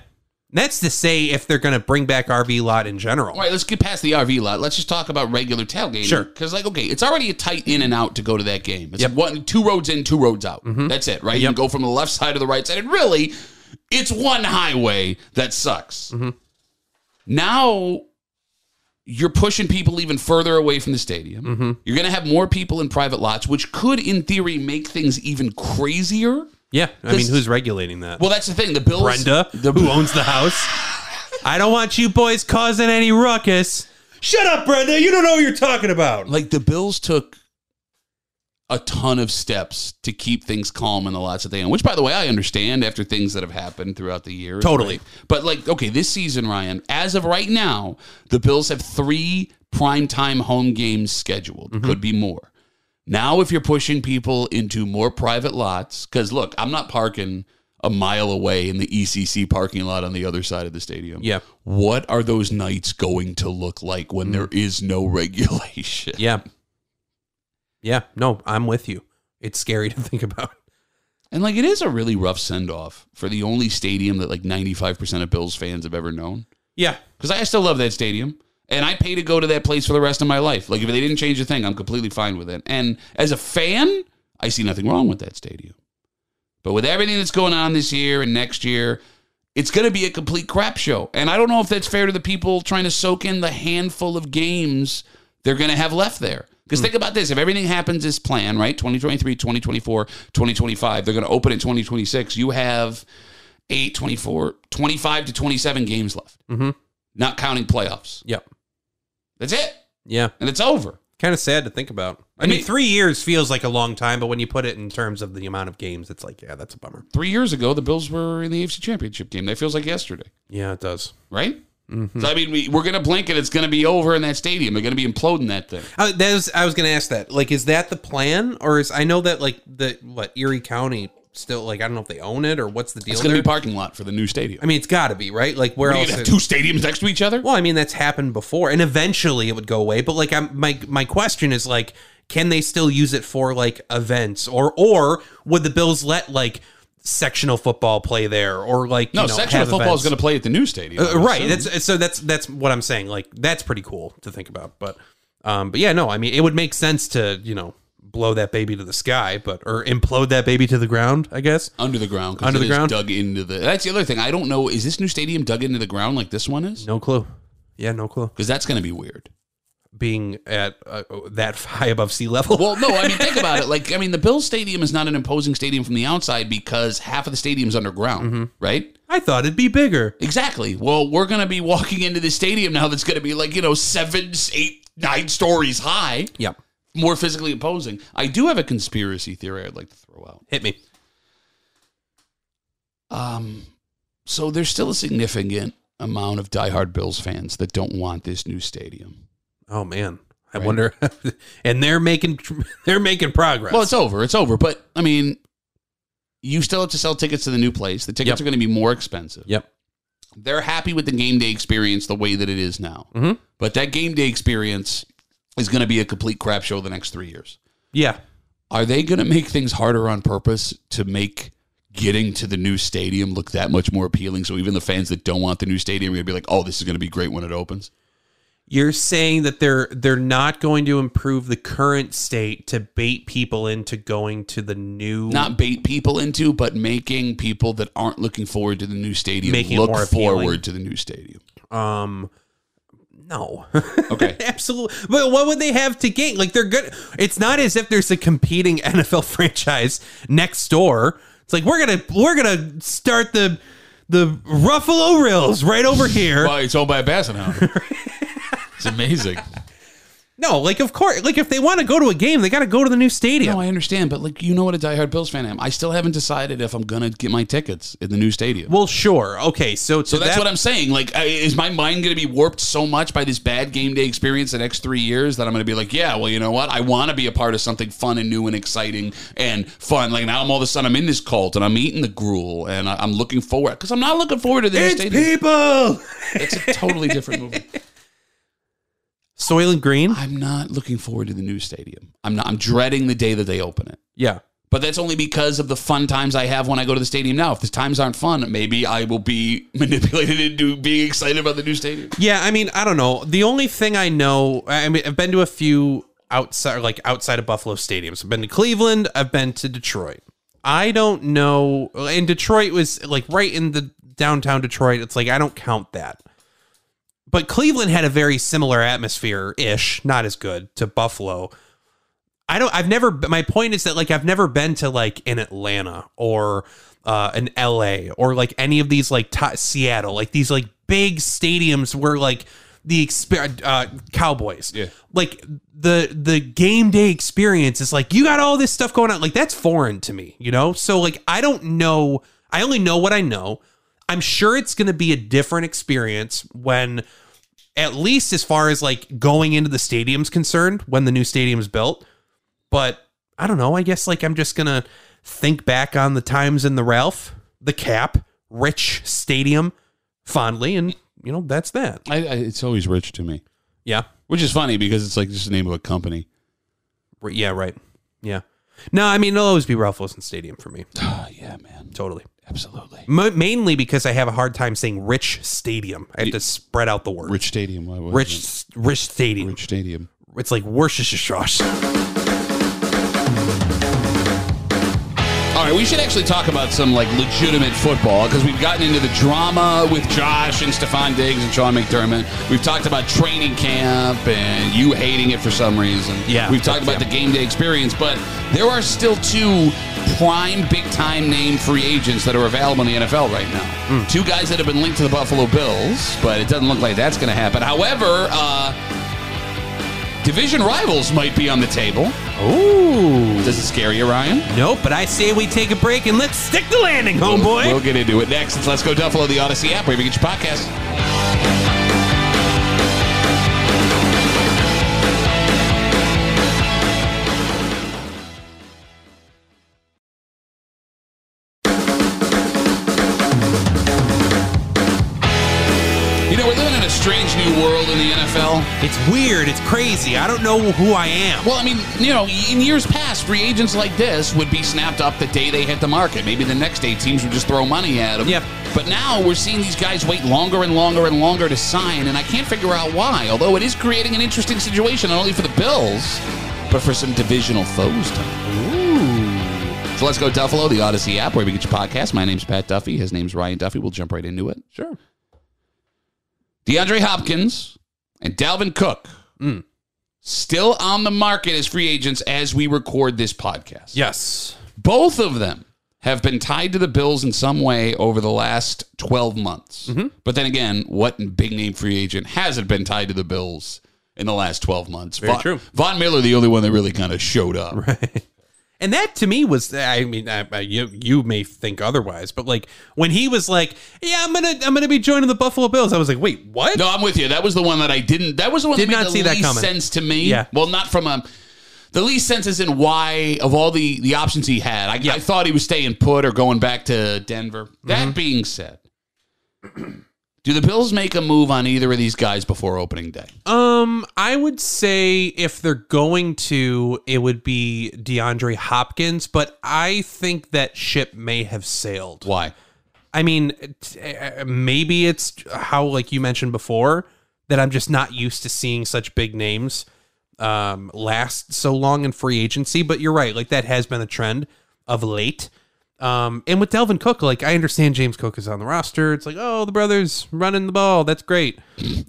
A: That's to say, if they're going to bring back RV lot in general.
B: All right, let's get past the RV lot. Let's just talk about regular tailgating.
A: Sure.
B: Because, like, okay, it's already a tight in and out to go to that game. It's one, two roads in, two roads out.
A: Mm-hmm.
B: That's it, right? You can go from the left side to the right side. And really, it's one highway that sucks.
A: Mm-hmm.
B: Now you're pushing people even further away from the stadium.
A: Mm-hmm.
B: You're going to have more people in private lots, which could, in theory, make things even crazier.
A: Yeah. I mean, who's regulating that?
B: Well, that's the thing. The Bills.
A: Brenda,
B: The,
A: who owns the house. I don't want you boys causing any ruckus. Shut up, Brenda. You don't know what you're talking about.
B: like the Bills took a ton of steps to keep things calm in the lots of things, which by the way, I understand after things that have happened throughout the years.
A: Totally.
B: right? But like, okay, this season, Ryan, as of right now, the Bills have three primetime home games scheduled.
A: Mm-hmm.
B: Could be more. Now, if you're pushing people into more private lots, because look, I'm not parking a mile away in the ECC parking lot on the other side of the stadium.
A: Yeah. Mm-hmm.
B: What are those nights going to look like when there is no regulation?
A: Yeah. Yeah, no, I'm with you. It's scary to think about.
B: And like it is a really rough send off for the only stadium that like 95% of Bills fans have ever known.
A: Yeah,
B: Because I still love that stadium. And I pay to go to that place for the rest of my life. Like if they didn't change a thing, I'm completely fine with it. And as a fan, I see nothing wrong with that stadium. But with everything that's going on this year and next year, it's going to be a complete crap show. And I don't know if that's fair to the people trying to soak in the handful of games they're going to have left there. Because think about this if everything happens as planned, right? 2023, 2024, 2025, they're going to open in 2026. You have 8, 24, 25 to 27 games left,
A: Mhm.
B: not counting playoffs.
A: yep,
B: That's it.
A: yeah.
B: And it's over.
A: Kind of sad to think about. I
B: I
A: mean,
B: mean-
A: three years feels like a long time, but when you put it in terms of the amount of games, it's like, yeah, that's a bummer.
B: Three years ago, the Bills were in the AFC Championship game. That feels like yesterday,
A: Yeah, it does.
B: right?
A: Mm-hmm.
B: So, I mean, we, we're going to blink and it's going to be over in that stadium. They're going to be imploding that thing.
A: I, Uh, that was, I was going to ask that. Like, is that the plan, or is I know that like the what Erie County still like I don't know if they own it or what's the deal.
B: It's going to
A: there.
B: be parking lot for the new stadium.
A: I mean, it's got to be right. Like, where
B: Are you
A: else?
B: gonna have
A: it-
B: two stadiums next to each other?
A: Well, I mean that's happened before, and eventually it would go away. But like, I'm my my question is like, can they still use it for like events, or or would the Bills let like sectional football play there, or like
B: no,
A: you know,
B: sectional
A: have
B: football
A: events?
B: is going to play at the new stadium. I
A: Uh,
B: would
A: right.
B: assume.
A: That's so that's that's what I'm saying. Like that's pretty cool to think about. But um, but yeah, no, I mean it would make sense to you know blow that baby to the sky, but or implode that baby to the ground. I guess.
B: under the ground. 'cause
A: Under
B: it
A: the
B: is
A: ground?
B: dug into the. That's the other thing. I don't know. Is this new stadium dug into the ground like this one is?
A: No clue. Yeah, no clue.
B: Because that's going to be weird.
A: Being at uh, that high above sea level.
B: Well, no, I mean, think about it. Like, I mean, the Bills Stadium is not an imposing stadium from the outside because half of the stadium's underground, right?
A: I thought it'd be bigger.
B: Exactly. Well, we're going to be walking into the stadium now that's going to be like, you know, seven, eight, nine stories high,
A: Yep.
B: more physically imposing. I do have a conspiracy theory I'd like to throw out.
A: Hit me.
B: Um, so there's still a significant amount of diehard Bills fans that don't want this new stadium.
A: Oh man, I
B: Right.
A: wonder. and they're making they're making progress.
B: Well, it's over. It's over. But I mean, you still have to sell tickets to the new place. The tickets
A: Yep.
B: are going to be more expensive.
A: yep.
B: They're happy with the game day experience the way that it is now.
A: Mhm.
B: But that game day experience is going to be a complete crap show the next three years.
A: Yeah.
B: Are they going to make things harder on purpose to make getting to the new stadium look that much more appealing? So even the fans that don't want the new stadium are going to be like, oh, this is going to be great when it opens.
A: You're saying that they're they're not going to improve the current state to bait people into going to the new
B: not bait people into, but making people that aren't looking forward to the new stadium
A: Making it
B: look
A: more appealing.
B: forward to the new stadium.
A: um no.
B: Okay.
A: Absolutely. But what would they have to gain? Like they're good. It's not as if there's a competing NFL franchise next door. It's like we're going to we're going to start the the Ruffalo Rills right over here.
B: well, it's owned by a basset hound. it's amazing.
A: No, like of course, like if they want to go to a game, they got to go to the new stadium.
B: No, I understand, but like you know what a diehard Bills fan I am. I still haven't decided if I'm gonna get my tickets in the new stadium.
A: well, sure, okay. So,
B: so that's what I'm saying. Like, I, is my mind gonna be warped so much by this bad game day experience the next three years that I'm gonna be like, yeah, well, you know what? I want to be a part of something fun and new and exciting and fun. Like now, I'm all of a sudden I'm in this cult and I'm eating the gruel and I, I'm looking forward because I'm not looking forward to the new
A: It's
B: stadium.
A: people.
B: It's a totally different movie.
A: Soylent Green.
B: I'm not looking forward to the new stadium. I'm not. I'm dreading the day that they open it.
A: Yeah.
B: But that's only because of the fun times I have when I go to the stadium now. If the times aren't fun, maybe I will be manipulated into being excited about the new stadium.
A: Yeah, I mean, I don't know. The only thing I know, I mean, I've been to a few outside, like outside of Buffalo stadiums. I've been to Cleveland. I've been to Detroit. I don't know. And Detroit was like right in the downtown Detroit. It's like I don't count that. But Cleveland had a very similar atmosphere ish, not as good to Buffalo. I don't. I've never. My point is that like I've never been to like in Atlanta or uh, in L.A. or like any of these like t- Seattle, like these like big stadiums where like the exper- uh, Cowboys,
B: Yeah.
A: like the the game day experience is like you got all this stuff going on. Like that's foreign to me, you know. So like I don't know. I only know what I know. I'm sure it's going to be a different experience when at least as far as like going into the stadium's concerned when the new stadium's built. But I don't know. I guess like I'm just gonna think back on the times in the Ralph, the Cap, Rich Stadium, fondly, and you know that's that.
B: I, I, it's always rich to me,
A: Yeah,
B: which is funny because it's like just the name of a company.
A: R- Yeah, right. Yeah. No, I mean it'll always be Ralph Wilson Stadium for me.
B: Oh, yeah, man.
A: Totally.
B: Absolutely.
A: Mo mainly because I have a hard time saying Rich Stadium. I have to spread out the word.
B: Rich Stadium. why wasn't it?
A: Rich, rich Stadium.
B: Rich Stadium.
A: It's like Worcestershire.
B: All right, we should actually talk about some like legitimate football because we've gotten into the drama with Josh and Stefan Diggs and Sean McDermott. We've talked about training camp and you hating it for some reason.
A: Yeah.
B: We've talked about the
A: Yeah.
B: game day experience, but there are still two prime big time name free agents that are available in the NFL right now.
A: Hmm.
B: Two guys that have been linked to the Buffalo Bills, but it doesn't look like that's going to happen. However, uh, division rivals might be on the table.
A: Ooh.
B: Does it scare you, Ryan?
A: Nope, but I say we take a break and let's stick the landing, homeboy.
B: We'll get into it next. It's Let's Go Duffalo, the Odyssey app, where you get your podcast. You know, we're living in a strange new world in the NFL.
A: It's weird. It's crazy. I don't know who I am.
B: Well, I mean, you know, in years past, free agents like this would be snapped up the day they hit the market. Maybe the next day teams would just throw money at them.
A: Yep.
B: But now we're seeing these guys wait longer and longer and longer to sign, and I can't figure out why. Although it is creating an interesting situation, not only for the Bills, but for some divisional foes. Tom. So let's go Duffalo, the Odyssey app, where we get your podcast. My name's Pat Duffy. His name's Ryan Duffy. We'll jump right into it.
A: Sure.
B: DeAndre Hopkins and Dalvin Cook still on the market as free agents as we record this podcast.
A: Yes.
B: Both of them have been tied to the Bills in some way over the last 12 months. But then again, what big name free agent hasn't been tied to the Bills in the last 12 months? Very
A: true.
B: Von Miller, the only one that really kind of showed up.
A: And that to me was, I mean, I, I, you you may think otherwise, but like when he was like, "Yeah, I'm gonna I'm gonna be joining the Buffalo Bills," I was like, "Wait, what?"
B: No, I'm with you. That was the one that I didn't. That was the one
A: Did
B: that made
A: not
B: the
A: see that
B: least
A: coming.
B: sense to me.
A: Yeah.
B: Well, not from a. The least sense is in why of all the the options he had. I, I thought he was staying put or going back to Denver.
A: Mm-hmm.
B: That being said, do the Bills make a move on either of these guys before opening day?
A: Um, I would say if they're going to, it would be DeAndre Hopkins, but I think that ship may have sailed.
B: Why?
A: I mean, t- uh, maybe it's how, like you mentioned before, that I'm just not used to seeing such big names um, last so long in free agency. But you're right; like that has been a trend of late. Um, and with Delvin Cook, like I understand James Cook is on the roster. It's like, oh, the brothers running the ball. That's great.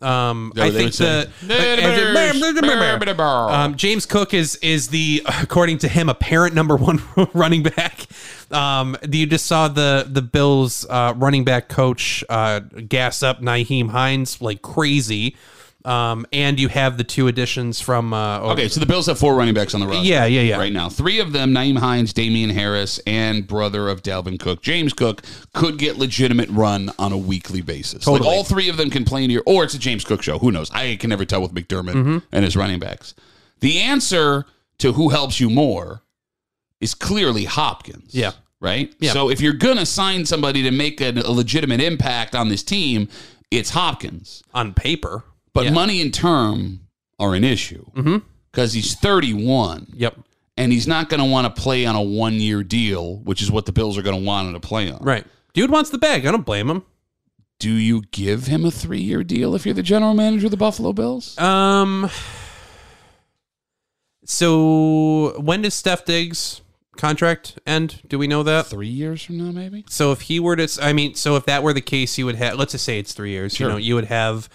A: Um,
B: they
A: I think
B: would say,
A: the
B: "Bears, bears."
A: um, James Cook is is the according to him apparent number one running back. Um, you just saw the the Bills uh, running back coach uh, gas up Naheem Hines like crazy, um, and you have the two additions from uh,
B: Okay, so the Bills have four running backs on the roster.
A: yeah, yeah, yeah.
B: right now. Three of them, Naeem Hines, Damian Harris, and brother of Dalvin Cook, James Cook, could get legitimate run on a weekly basis. Like
A: Totally.
B: all three of them can play in your, or it's a James Cook show. Who knows? I can never tell with McDermott
A: Mm-hmm.
B: and his running backs. The answer to who helps you more is clearly Hopkins.
A: Yeah.
B: Right?
A: Yeah.
B: So if you're going to sign somebody to make a, a legitimate impact on this team, it's Hopkins.
A: on paper.
B: But
A: Yeah. Mm-hmm.
B: money and term are an issue because he's 31
A: Yep.
B: and he's not going to want to play on a one year deal, which is what the Bills are going to want him to play on.
A: Right. Dude wants the bag. I don't blame him.
B: Do you give him a three year deal if you're the general manager of the Buffalo Bills?
A: Um. So when does Steph Diggs contract end? Do we know that?
B: three years from now, maybe?
A: So if he were to, I mean, so if that were the case, you would have. Let's just say it's three years.
B: Sure.
A: You know, you would have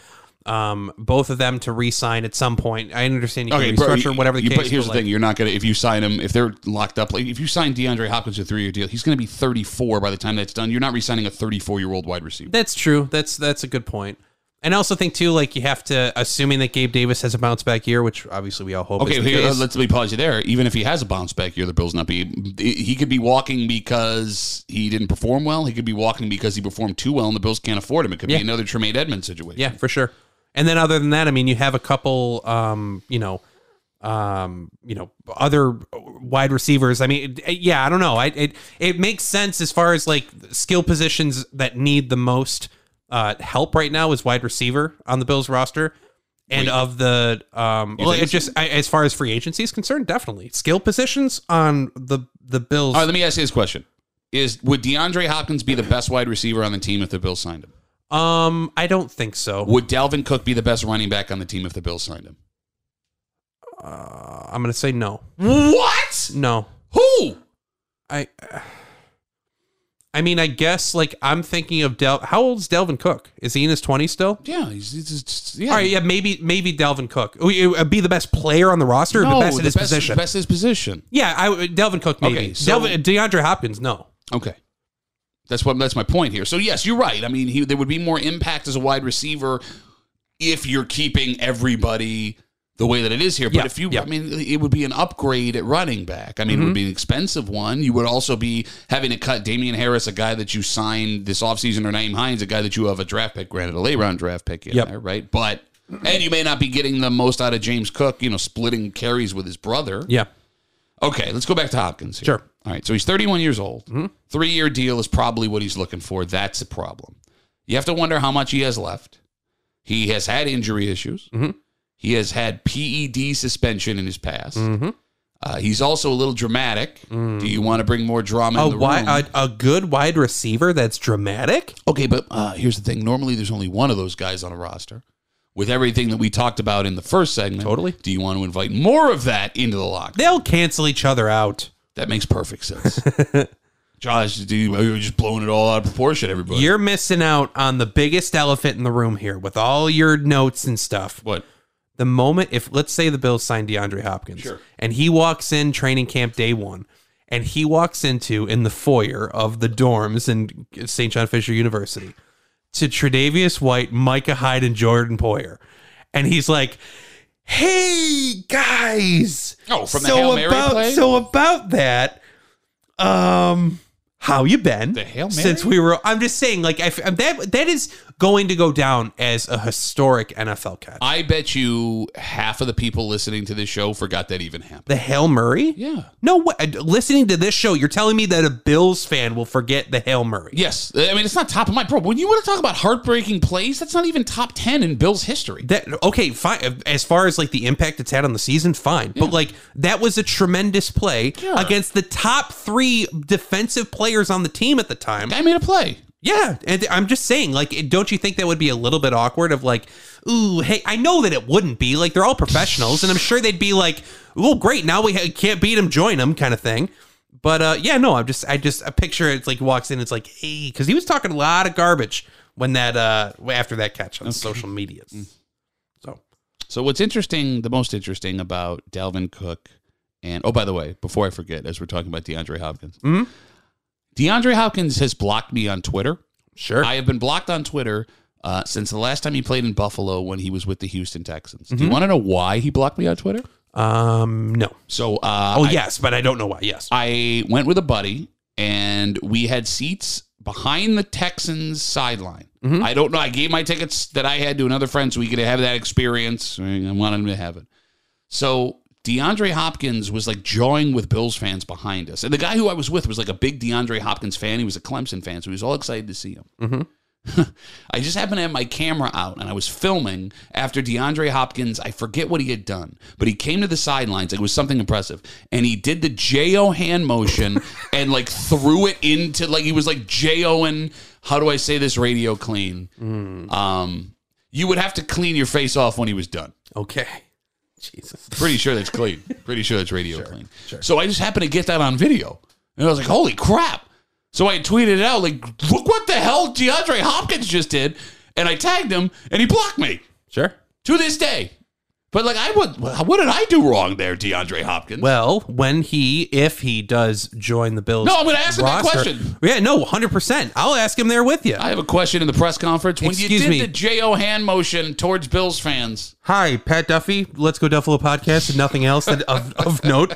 A: um, both of them to re-sign at some point. I understand you
B: Okay,
A: can
B: bro,
A: restructure
B: you-
A: whatever the
B: you-
A: case.
B: But here's
A: but,
B: the
A: like,
B: thing: you're not gonna if you sign him if they're locked up. Like, if you sign DeAndre Hopkins to a three year deal, he's going to be 34 by the time that's done. You're not re-signing a 34 year old wide receiver.
A: That's true. That's that's a good point. And I also think too, like you have to assuming that Gabe Davis has a bounce back year, which obviously we all hope.
B: Okay,
A: is the
B: here, uh,
A: case.
B: let's let me pause you there. Even if he has a bounce back year, the Bills not be he could be walking because he didn't perform well. He could be walking because he performed too well, and the Bills can't afford him. It could
A: Yeah.
B: be another Tremaine Edmonds situation.
A: Yeah, for sure. And then other than that, I mean, you have a couple, um, you know, um, you know, other wide receivers. I mean, it- yeah, I don't know. I it it makes sense as far as like skill positions that need the most uh, help right now is wide receiver on the Bills roster. and of the um well,
B: think
A: it just I, as far as free agency is concerned, definitely skill positions on the the Bills.
B: All right, let me ask you this question: Is would DeAndre Hopkins be the best wide receiver on the team if the Bills signed him?
A: um, I don't think so.
B: Would Dalvin Cook be the best running back on the team if the Bills signed him?
A: Uh, I'm gonna say no,
B: What?
A: no.
B: Who?
A: I, I mean, I guess like I'm thinking of Del. How old's Delvin Cook? Is he in his 20s still?
B: Yeah, he's, he's, he's- yeah.
A: All right, yeah, maybe maybe Delvin Cook Oh, you- uh, be the best player on the roster, or
B: No,
A: the best in his
B: best,
A: position.
B: Best in his position.
A: Yeah, I would- Delvin Cook maybe.
B: Okay, so-
A: Delvin, DeAndre Hopkins, no.
B: Okay. That's what that's my point here. So yes, you're right. I mean, he, there would be more impact as a wide receiver if you're keeping everybody the way that it is here. But
A: Yeah,
B: if you,
A: yeah. Mm-hmm.
B: I mean, it would be an upgrade at running back. I mean, it would be an expensive one. You would also be having to cut Damian Harris, a guy that you signed this offseason, or Naeem Hines, a guy that you have a draft pick, granted a late round draft pick in
A: Yep.
B: there, right? But and you may not be getting the most out of James Cook, you know, splitting carries with his brother.
A: Yeah,
B: Okay, let's go back to Hopkins. Here.
A: Sure.
B: All right, so he's 31 years old. Three year deal is probably what he's looking for. That's the problem. You have to wonder how much he has left. He has had injury issues. He has had PED suspension in his past. Uh, he's also a little dramatic. Do you want to bring more drama?
A: a
B: in the room?
A: wide a, a good wide receiver that's dramatic.
B: uh, Okay, but uh, here's the thing. Normally, there's only one of those guys on a roster. With everything that we talked about in the first segment,
A: Totally.
B: Do you want to invite more of that into the locker?
A: They'll cancel each other out.
B: That makes perfect sense. Josh, do you, you're just blowing it all out of proportion, everybody.
A: You're missing out on the biggest elephant in the room here with all your notes and stuff.
B: what?
A: The moment if let's say the Bills sign DeAndre Hopkins
B: Sure.
A: and he walks in training camp day 1 and he walks into in the foyer of the dorms in St. John Fisher University to Tredavious White, Micah Hyde and Jordan Poyer. And he's like, "Hey guys,
B: Oh, from the Hail Mary
A: about
B: play?
A: so about that, um, how you been?
B: The Hail Mary?
A: since we were. I'm just saying, like, I f that that is going to go down as a historic NFL catch.
B: I bet you half of the people listening to this show forgot that even happened.
A: the Hail Murray?
B: Yeah.
A: No way. Uh, Listening to this show, you're telling me that a Bills fan will forget the Hail Murray?
B: Yes. I mean, it's not top of my pro. When you want to talk about heartbreaking plays, that's not even top 10 in Bill's history.
A: That okay, fine. Uh, As far as like the impact it's had on the season, fine. But like that was a tremendous play
B: Yeah.
A: against the top three defensive players on the team at the time.
B: Guy made a play.
A: Yeah, and I'm just saying, like, it- don't you think that would be a little bit awkward? Of like, ooh, hey, I know that it wouldn't be. Like, they're all professionals, and I'm sure they'd be like, well, great, now we ha- can't beat them, join them, kind of thing. But uh, yeah, no, I'm just, I just, I picture it's like he walks in, it's like, hey, because he was talking a lot of garbage when that, uh after that catch on social
B: Mm.
A: media. So
B: So what's interesting, the most interesting about Dalvin Cook and oh by the way, before I forget, as we're talking about DeAndre Hopkins.
A: Mm-hmm.
B: DeAndre Hopkins has blocked me on Twitter.
A: sure,
B: I have been blocked on Twitter uh, since the last time he played in Buffalo when he was with the Houston Texans. Do you want to know why he blocked me on Twitter?
A: um, no,
B: So, uh,
A: oh
B: I-
A: yes, but I don't know why. Yes,
B: I went with a buddy and we had seats behind the Texans sideline. I don't know. I gave my tickets that I had to another friend so we could have that experience. I wanted him to have it. So DeAndre Hopkins was like jawing with Bills fans behind us. And the guy who I was with was like a big DeAndre Hopkins fan. He was a Clemson fan, so he was all excited to see him. I just happened to have my camera out and I was filming after DeAndre Hopkins. I forget what he had done, but he came to the sidelines. It was something impressive. And he did the J.O. hand motion and like threw it into, like, he was like J.O.ing, how do I say this radio clean? Um, you would have to clean your face off when he was done.
A: okay, Jesus,
B: Pretty sure that's clean. Pretty sure that's radio clean. So I just happened to get that on video. And I was like, holy crap. So I tweeted it out, like, look what the hell DeAndre Hopkins just did. And I tagged him and he blocked me
A: sure.
B: to this day. But like, I would, what did I do wrong there, DeAndre Hopkins?
A: Well, when he, if he does join the Bills,
B: No, I'm gonna ask him that
A: roster-
B: question.
A: Yeah, no, hundred percent. I'll ask him there with you.
B: I have a question in the press conference. When you
A: Excuse
B: did
A: me.
B: the J.O. hand motion towards Bills fans,
A: Hi, Pat Duffy. Let's go Duffalo podcast and nothing else that, of of note.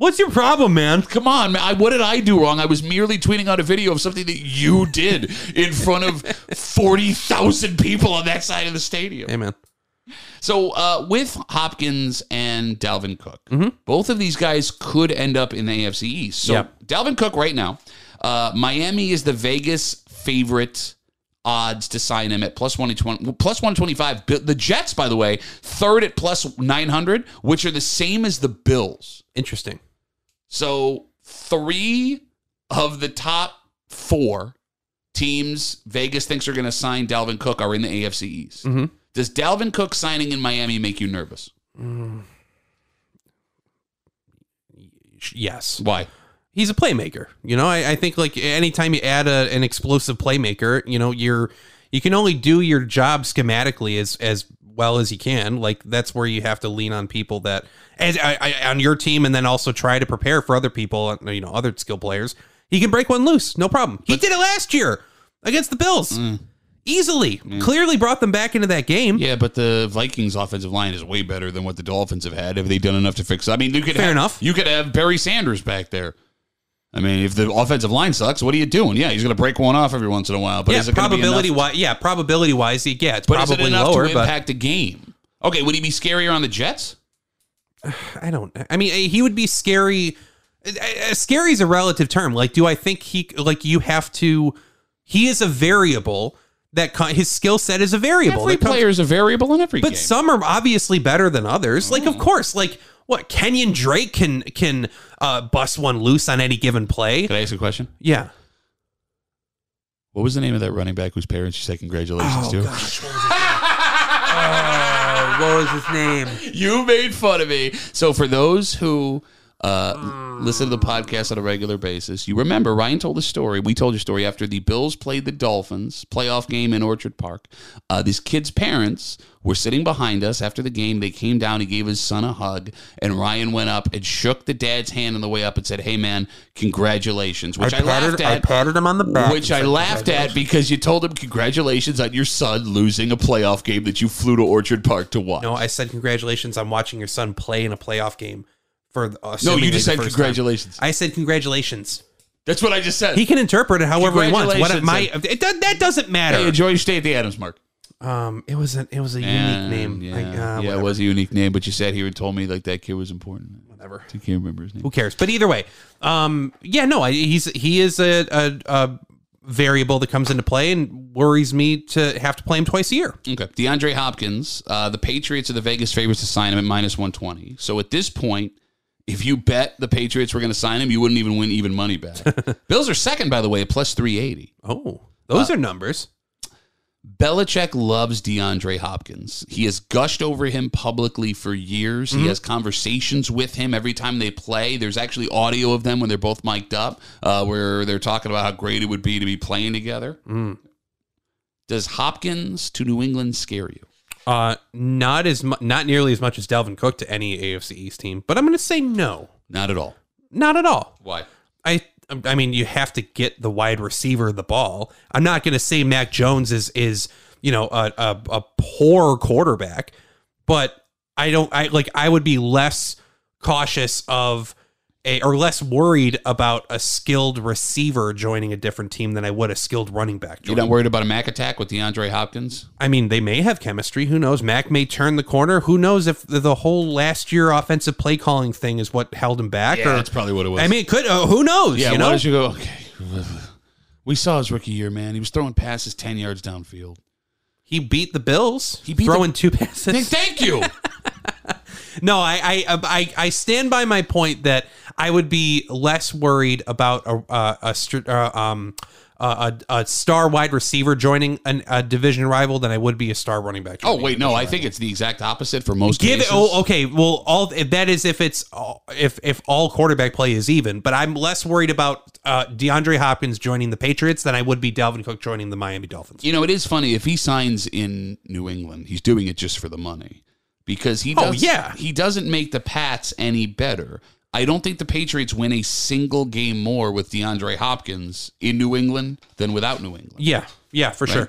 A: What's your problem, man?
B: come on, man, I, what did I do wrong? I was merely tweeting out a video of something that you did in front of 40,000 people on that side of the stadium.
A: Hey, man.
B: So uh, with Hopkins and Dalvin Cook, both of these guys could end up in the AFC East. So
A: Yep.
B: Dalvin Cook right now, uh, Miami is the Vegas favorite odds to sign him at plus 120, plus 125. Bi- The Jets, by the way, third at plus 900, which are the same as the Bills.
A: Interesting.
B: So three of the top four teams Vegas thinks are going to sign Dalvin Cook are in the AFC East.
A: Mhm.
B: Does Dalvin Cook signing in Miami make you nervous?
A: Yes.
B: Why?
A: he's a playmaker. You know, I, I think like anytime you add a, an explosive playmaker, you know, you're you can only do your job schematically as as well as you can. Like that's where you have to lean on people that as I, I, on your team, and then also try to prepare for other people. You know, other skill players. He can break one loose, no problem. He did it last year against the Bills. Easily, clearly brought them back into that game.
B: Mm. Yeah, but the Vikings offensive line is way better than what the Dolphins have had. Have they done enough to fix? I mean, you could
A: Fair
B: have,
A: enough.
B: You could have Barry Sanders back there. I mean, if the offensive line sucks, what are you doing? Yeah, he's going to break one off every once in a while. But
A: yeah,
B: is it gonna be enough
A: probability wise, yeah, probability wise, yeah, it's
B: But is
A: probably
B: it enough
A: lower.
B: to
A: but
B: impact a game? Okay, would he be scarier on the Jets?
A: I don't. I mean, eh, he would be scary. uh, uh, Scary is a relative term. Like, do I think he like you have to? He is a variable that co- his skill set is a variable.
B: Every
A: that comes-
B: player is a variable in every
A: but
B: game. Mm.
A: some are obviously better than others. Like, of course, like what Kenyon Drake can can uh, bust one loose on any given play.
B: Can I ask a question?
A: Yeah.
B: What was the name of that running back whose parents you said congratulations to?
A: What was his name?
B: You made fun of me. So for those who uh, listen to the podcast on a regular basis, you remember Ryan told a story. We told your story after the Bills played the Dolphins playoff game in Orchard Park. Uh, these kids' parents were sitting behind us after the game. They came down. He gave his son a hug, and Ryan went up and shook the dad's hand on the way up and said, "Hey man, congratulations." Which I,
A: I patted,
B: laughed
A: I
B: at.
A: patted him on the back.
B: Which I laughed at because you told him congratulations on your son losing a playoff game that you flew to Orchard Park to watch.
A: No, I said congratulations on watching your son play in a playoff game. For uh, the,
B: No,
A: assumingly
B: you just
A: the
B: said
A: first time.
B: congratulations.
A: I said congratulations.
B: That's what I just said.
A: He can interpret it however he wants. What it
B: Congratulations,
A: might it, do- that doesn't
B: hey,
A: matter.
B: enjoy your stay at the Adams Mark.
A: Um, it was a it was a unique
B: And,
A: name.
B: Yeah,
A: Like, uh,
B: yeah
A: whatever.
B: it was a unique name, but you sat here and told me like that kid was important. Whatever. I can't remember his name.
A: Who cares? But either way, um, yeah, no, I, he's he is a, a, a variable that comes into play and worries me to have to play him twice a year.
B: Okay. DeAndre Hopkins, uh, the Patriots are the Vegas favorites to sign him at minus 120. So at this point, if you bet the Patriots were going to sign him, you wouldn't even win even money back. Bills are second, by the way, at plus 380.
A: Oh, those are numbers.
B: Belichick loves DeAndre Hopkins. He has gushed over him publicly for years.
A: Mm-hmm.
B: He has conversations with him every time they play. There's actually audio of them when they're both mic'd up, uh, where they're talking about how great it would be to be playing together.
A: Mm.
B: Does Hopkins to New England scare you?
A: Uh, not as mu- not nearly as much as Dalvin Cook to any AFC East team, but I'm going to say no,
B: Not at all.
A: not at all.
B: Why?
A: I I mean, you have to get the wide receiver the ball. I'm not going to say Mac Jones is is you know a, a a poor quarterback, but I don't I like I would be less cautious of a or less worried about a skilled receiver joining a different team than I would a skilled running back.
B: You're
A: Joining.
B: not worried about a Mac attack with DeAndre Hopkins?
A: I mean, they may have chemistry. Who knows? Mac may turn the corner. Who knows if the, the whole last year offensive play calling thing is what held him back? or
B: probably what it was.
A: I mean, it could. Uh, who knows?
B: yeah,
A: you
B: why
A: know?
B: don't you go, okay. We saw his rookie year, man. He was throwing passes 10 yards downfield.
A: He beat the Bills.
B: He beat
A: throwing two passes.
B: Thank you.
A: No, I, I um, I I stand by my point that I would be less worried about a uh, a str- uh, um a, a, a star wide receiver joining an, a division rival than I would be a star running back.
B: Oh
A: joining
B: wait, no, I think it's the exact opposite for most.
A: Give it.
B: cases.
A: Oh, okay. Well, all if that is if it's all- if if all quarterback play is even, but I'm less worried about uh, DeAndre Hopkins joining the Patriots than I would be Dalvin Cook joining the Miami Dolphins.
B: You know, it is funny if he signs in New England, he's doing it just for the money because he.
A: Oh,
B: Does,
A: yeah.
B: he doesn't make the Pats any better. I don't think the Patriots win a single game more with DeAndre Hopkins in New England than without New England.
A: Yeah, yeah, for sure.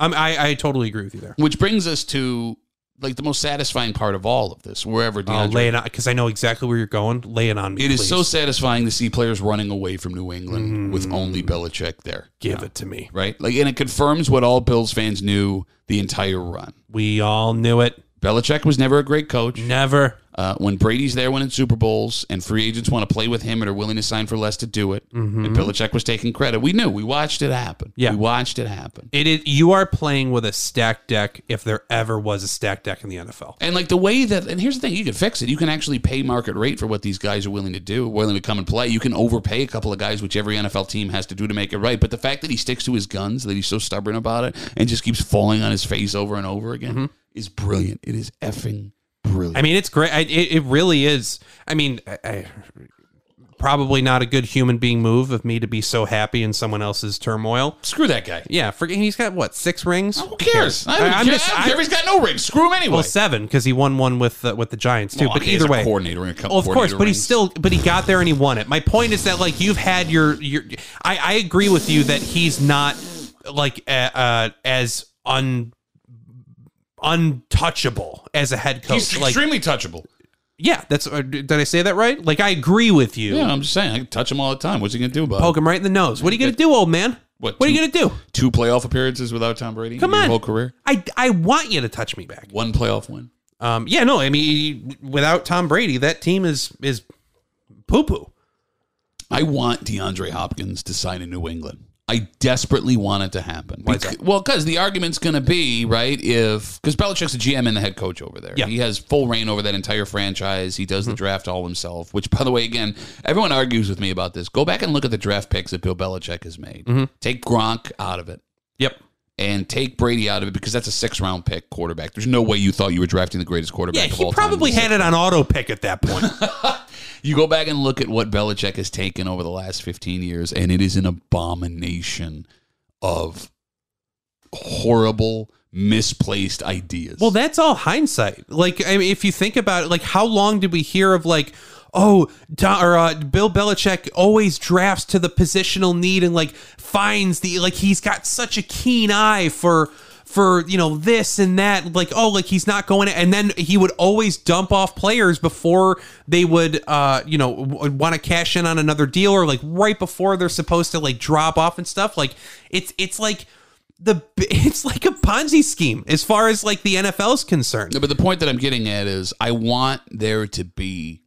A: I'm, I I totally agree with you there.
B: Which brings us to like the most satisfying part of all of this, wherever
A: I'll
B: DeAndre.
A: Uh, lay it on because I know exactly where you're going. Lay it on me.
B: it is so
A: please. Mm-hmm.
B: satisfying to see players running away from New England with only Belichick there.
A: Give it to me.
B: Right? Like, and it confirms what all Bills fans knew the entire run.
A: We all knew it. Mm-hmm.
B: Belichick was never a great coach.
A: Never.
B: Uh, when Brady's there winning Super Bowls and free agents want to play with him and are willing to sign for less to do it, and Belichick was taking credit, we knew. We watched it happen.
A: Yeah.
B: We watched it happen.
A: It is you are playing with a stack deck if there ever was a stack deck in the NFL.
B: And like the way that, and here's the thing, you can fix it. You can actually pay market rate for what these guys are willing to do, willing to come and play. You can overpay a couple of guys, which every NFL team has to do to make it right. But the fact that he sticks to his guns, that he's so stubborn about it, and just keeps falling on his face over and over again, is brilliant. It is effing brilliant.
A: Mm-hmm. I mean, it's great. I, it, it really is. I mean, I, I, probably not a good human being move of me to be so happy in someone else's turmoil.
B: screw that guy.
A: Yeah, for, he's got what six rings?
B: Who cares? I don't
A: I- I'm
B: care.
A: just-
B: I don't care
A: I-
B: if he's got no rings. Screw him anyway.
A: Well, seven because he won one with uh, with the Giants too.
B: Well,
A: but
B: okay, he's
A: either
B: a
A: way,
B: coordinator and a couple
A: Oh, of course,
B: coordinator
A: but he
B: rings.
A: still, but he got there and he won it. My point is that like you've had your your. I I agree with you that he's not like uh, uh as un untouchable as a head coach.
B: He's
A: like
B: extremely touchable.
A: yeah, that's uh, did I say that right? Like I agree with you.
B: Yeah, I'm just saying. I can touch him all the time. What's he going to do about it?
A: Poke him right in the nose. What are you gonna do, old man?
B: What,
A: What are you
B: two-
A: gonna do?
B: Two playoff appearances without Tom Brady
A: Come
B: in your
A: on,
B: whole career?
A: I I want you to touch me back.
B: One playoff win.
A: Um, yeah, no, I mean without Tom Brady, that team is is poo poo.
B: I want DeAndre Hopkins to sign in New England. I desperately want it to happen. Bec- well, because the argument's going to be right if because Belichick's the GM and the head coach over there.
A: Yeah. Mm-hmm.
B: he has full reign over that entire franchise. He does the draft all himself. Which, by the way, again, everyone argues with me about this. Go back and look at the draft picks that Bill Belichick has made.
A: Mm-hmm.
B: Take Gronk out of it
A: Yep.
B: and take Brady out of it because that's a six round pick quarterback. There's no way you thought you were drafting the greatest
A: Yeah,
B: quarterback. of
A: he
B: all
A: probably
B: time.
A: had it on auto pick at that point.
B: You go back and look at what Belichick has taken over the last 15 years, and it is an abomination of horrible, misplaced ideas.
A: well, that's all hindsight. Like, I mean, if you think about it, like, how long did we hear of like, oh, Don, or uh, Bill Belichick always drafts to the positional need and like finds the like he's got such a keen eye for for you know this and that like oh like he's not going and then he would always dump off players before they would uh you know w- want to cash in on another deal or like right before they're supposed to like drop off and stuff like it's it's like the it's like a Ponzi scheme as far as like the NFL's concerned.
B: No, but the point that I'm getting at is I want there to be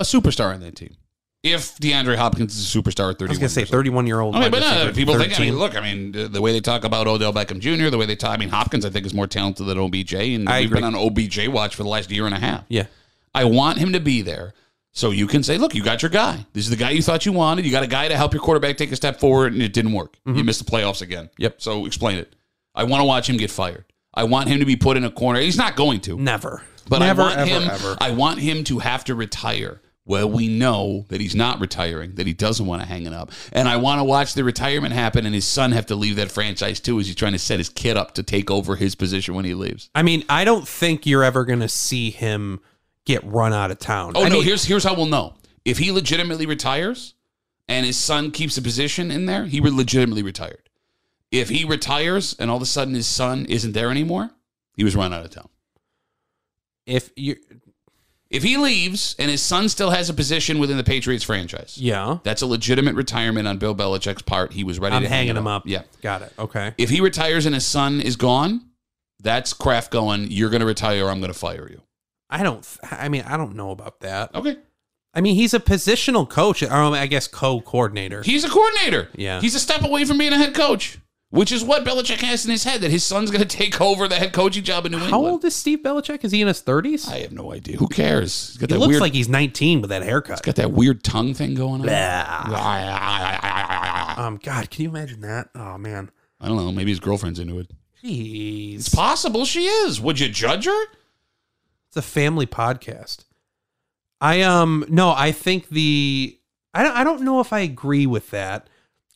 B: a superstar on that team. If DeAndre Hopkins is a superstar at 31,
A: I was gonna say
B: years old.
A: 31 year old.
B: Okay, but no, people think. I mean, look, I mean, the, the way they talk about Odell Beckham Jr., the way they talk. I mean, Hopkins, I think, is more talented than OBJ, and
A: I
B: we've
A: agree.
B: been on OBJ watch for the last year and a half.
A: yeah,
B: I want him to be there. So you can say, look, you got your guy. This is the guy you thought you wanted. You got a guy to help your quarterback take a step forward, and it didn't work.
A: Mm-hmm.
B: You missed the playoffs again.
A: Yep.
B: So explain it. I want to watch him get fired. I want him to be put in a corner. He's not going to.
A: never.
B: But
A: never,
B: I want
A: ever,
B: him.
A: ever.
B: I want him to have to retire. Well, we know that he's not retiring, that he doesn't want to hang it up, and I want to watch the retirement happen, and his son have to leave that franchise too, as he's trying to set his kid up to take over his position when he leaves.
A: I mean, I don't think you're ever gonna see him get run out of town.
B: Oh
A: I
B: no!
A: mean,
B: here's here's how we'll know if he legitimately retires, and his son keeps a position in there. He were legitimately retired. If he retires and all of a sudden his son isn't there anymore, he was run out of town.
A: if you,
B: If he leaves and his son still has a position within the Patriots franchise,
A: yeah,
B: That's a legitimate retirement on Bill Belichick's part. He was ready
A: I'm
B: to hang
A: hanging
B: it
A: him up.
B: Yeah.
A: got it. Okay,
B: If he retires and his son is gone, that's Kraft going, you're going to retire or I'm going to fire you.
A: I don't. th- I mean, I don't know about that.
B: Okay.
A: I mean, he's a positional coach. Or um, I guess co-coordinator.
B: He's a coordinator.
A: Yeah.
B: He's a step away from being a head coach, which is what Belichick has in his head that his son's going to take over the head coaching job in New
A: How
B: England.
A: old is Steve Belichick? Is he in his 30s?
B: I have no idea. Who cares? He's got
A: He
B: that
A: looks
B: weird,
A: like he's 19 with that haircut.
B: got that weird tongue thing going on.
A: Blah.
B: I
A: Um, God, can you imagine that? Oh man,
B: don't know. Maybe his girlfriend's into it.
A: jeez,
B: It's possible she is. Would you judge her?
A: it's a family podcast. I um no, I think the I don't I don't know if I agree with that.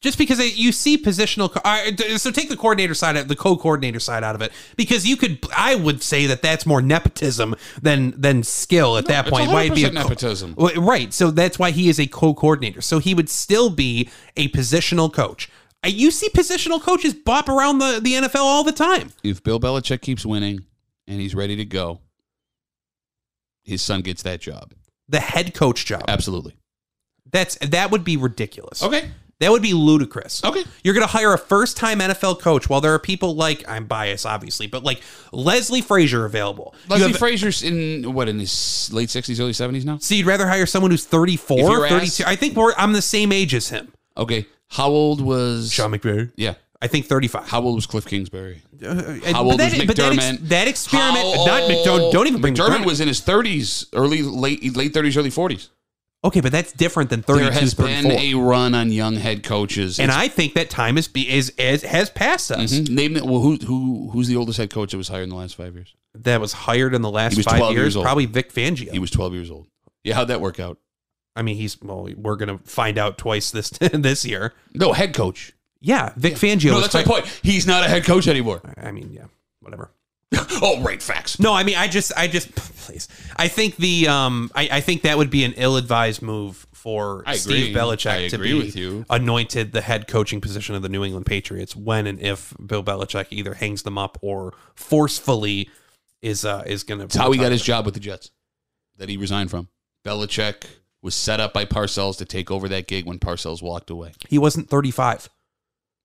A: Just because I, you see positional, co- I- d- so take the coordinator side, of the co-coordinator side out of it, because you could, I would say that that's more nepotism than than skill at that
B: it's
A: point. Why it'd be a
B: 100%
A: co-
B: nepotism.
A: Well, right? So that's why he is a co-coordinator. So he would still be a positional coach. I, you see positional coaches bop around the the NFL all the time.
B: if Bill Belichick keeps winning and he's ready to go, his son gets that job.
A: The head coach job.
B: Absolutely.
A: That's that would be ridiculous.
B: Okay.
A: That would be ludicrous.
B: Okay.
A: You're going to hire a first time NFL coach while there are people like, I'm biased, obviously, but like Leslie Frazier available. You
B: Leslie
A: have-
B: Frazier's in what in his late sixties, early seventies now.
A: so you'd rather hire someone who's
B: If
A: 34,
B: you're
A: 32?
B: asked-
A: I think we're, I'm the same age as him.
B: Okay, how old was?
A: Sean McVay.
B: Yeah,
A: I think 35.
B: how old was Cliff Kingsbury?
A: And-
B: How old
A: but
B: was
A: that, but that ex-
B: McDermott?
A: that experiment,
B: How
A: not McDermott. Don't even bring
B: McDermott
A: McDermott.
B: was in his thirties, early late late thirties, early forties.
A: okay, but that's different than 32,
B: There has been
A: 34.
B: a run on young head coaches.
A: and
B: It's-
A: I think that time is, be, is, is has passed us.
B: Mhm. name it. Well, who who who's the oldest head coach that was hired in the last five years?
A: That was hired in the
B: He
A: last
B: was
A: five
B: 12 years
A: years.
B: old.
A: probably Vic Fangio.
B: He was twelve years old. Yeah, how'd that work out?
A: I mean, he's well. We're gonna find out twice this this year.
B: No head coach.
A: Yeah, Vic Fangio.
B: No,
A: was
B: that's my
A: hired-
B: point. He's not a head coach anymore.
A: I mean, yeah, whatever.
B: oh, right, facts.
A: No, I mean, I just, I just, please. I think the, um, I, I think that would be an ill-advised move for
B: I agree.
A: Steve Belichick
B: I
A: to
B: agree
A: be
B: with you.
A: anointed the head coaching position of the New England Patriots when and if Bill Belichick either hangs them up or forcefully is uh is going
B: It's
A: to.
B: how he got his job with the Jets that he resigned from. Belichick was set up by Parcells to take over that gig when Parcells walked away.
A: He wasn't thirty-five.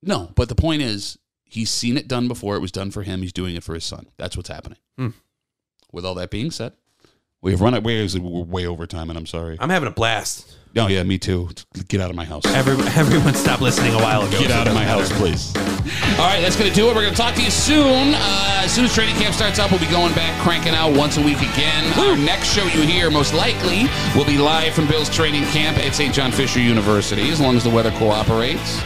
B: No, but the point is, he's seen it done before. It was done for him. He's doing it for his son. That's what's happening.
A: Hmm.
B: With all that being said, we've run it way, we're way over time, and I'm sorry.
A: I'm having a blast.
B: No, yeah, me too. Get out of my house.
A: Every, everyone, stop listening a while ago.
B: Get out of my house, please. All right, that's going to do it. We're going to talk to you soon. Uh, as soon as training camp starts up, we'll be going back, cranking out once a week again. Our next show you hear, most likely, will be live from Bill's training camp at St. John Fisher University, as long as the weather cooperates.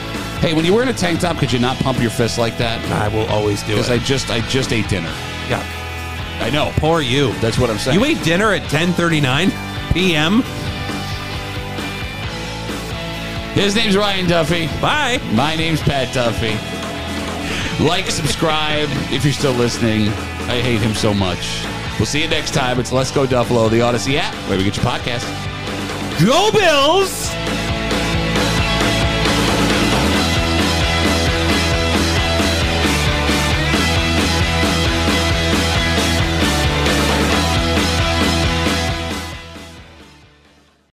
B: Hey, when you're wearing a tank top, could you not pump your fist like that?
A: I will always do
B: Because
A: it.
B: I just, I just ate dinner.
A: yeah,
B: I know.
A: poor you.
B: That's what I'm saying.
A: You ate dinner at 10:39 p.m.
B: His name's Ryan Duffy.
A: Bye.
B: My name's Pat Duffy. Like, subscribe if you're still listening. I hate him so much. We'll see you next time. It's Let's Go Duffalo, the Odyssey app, where we get your podcast.
A: Go Bills.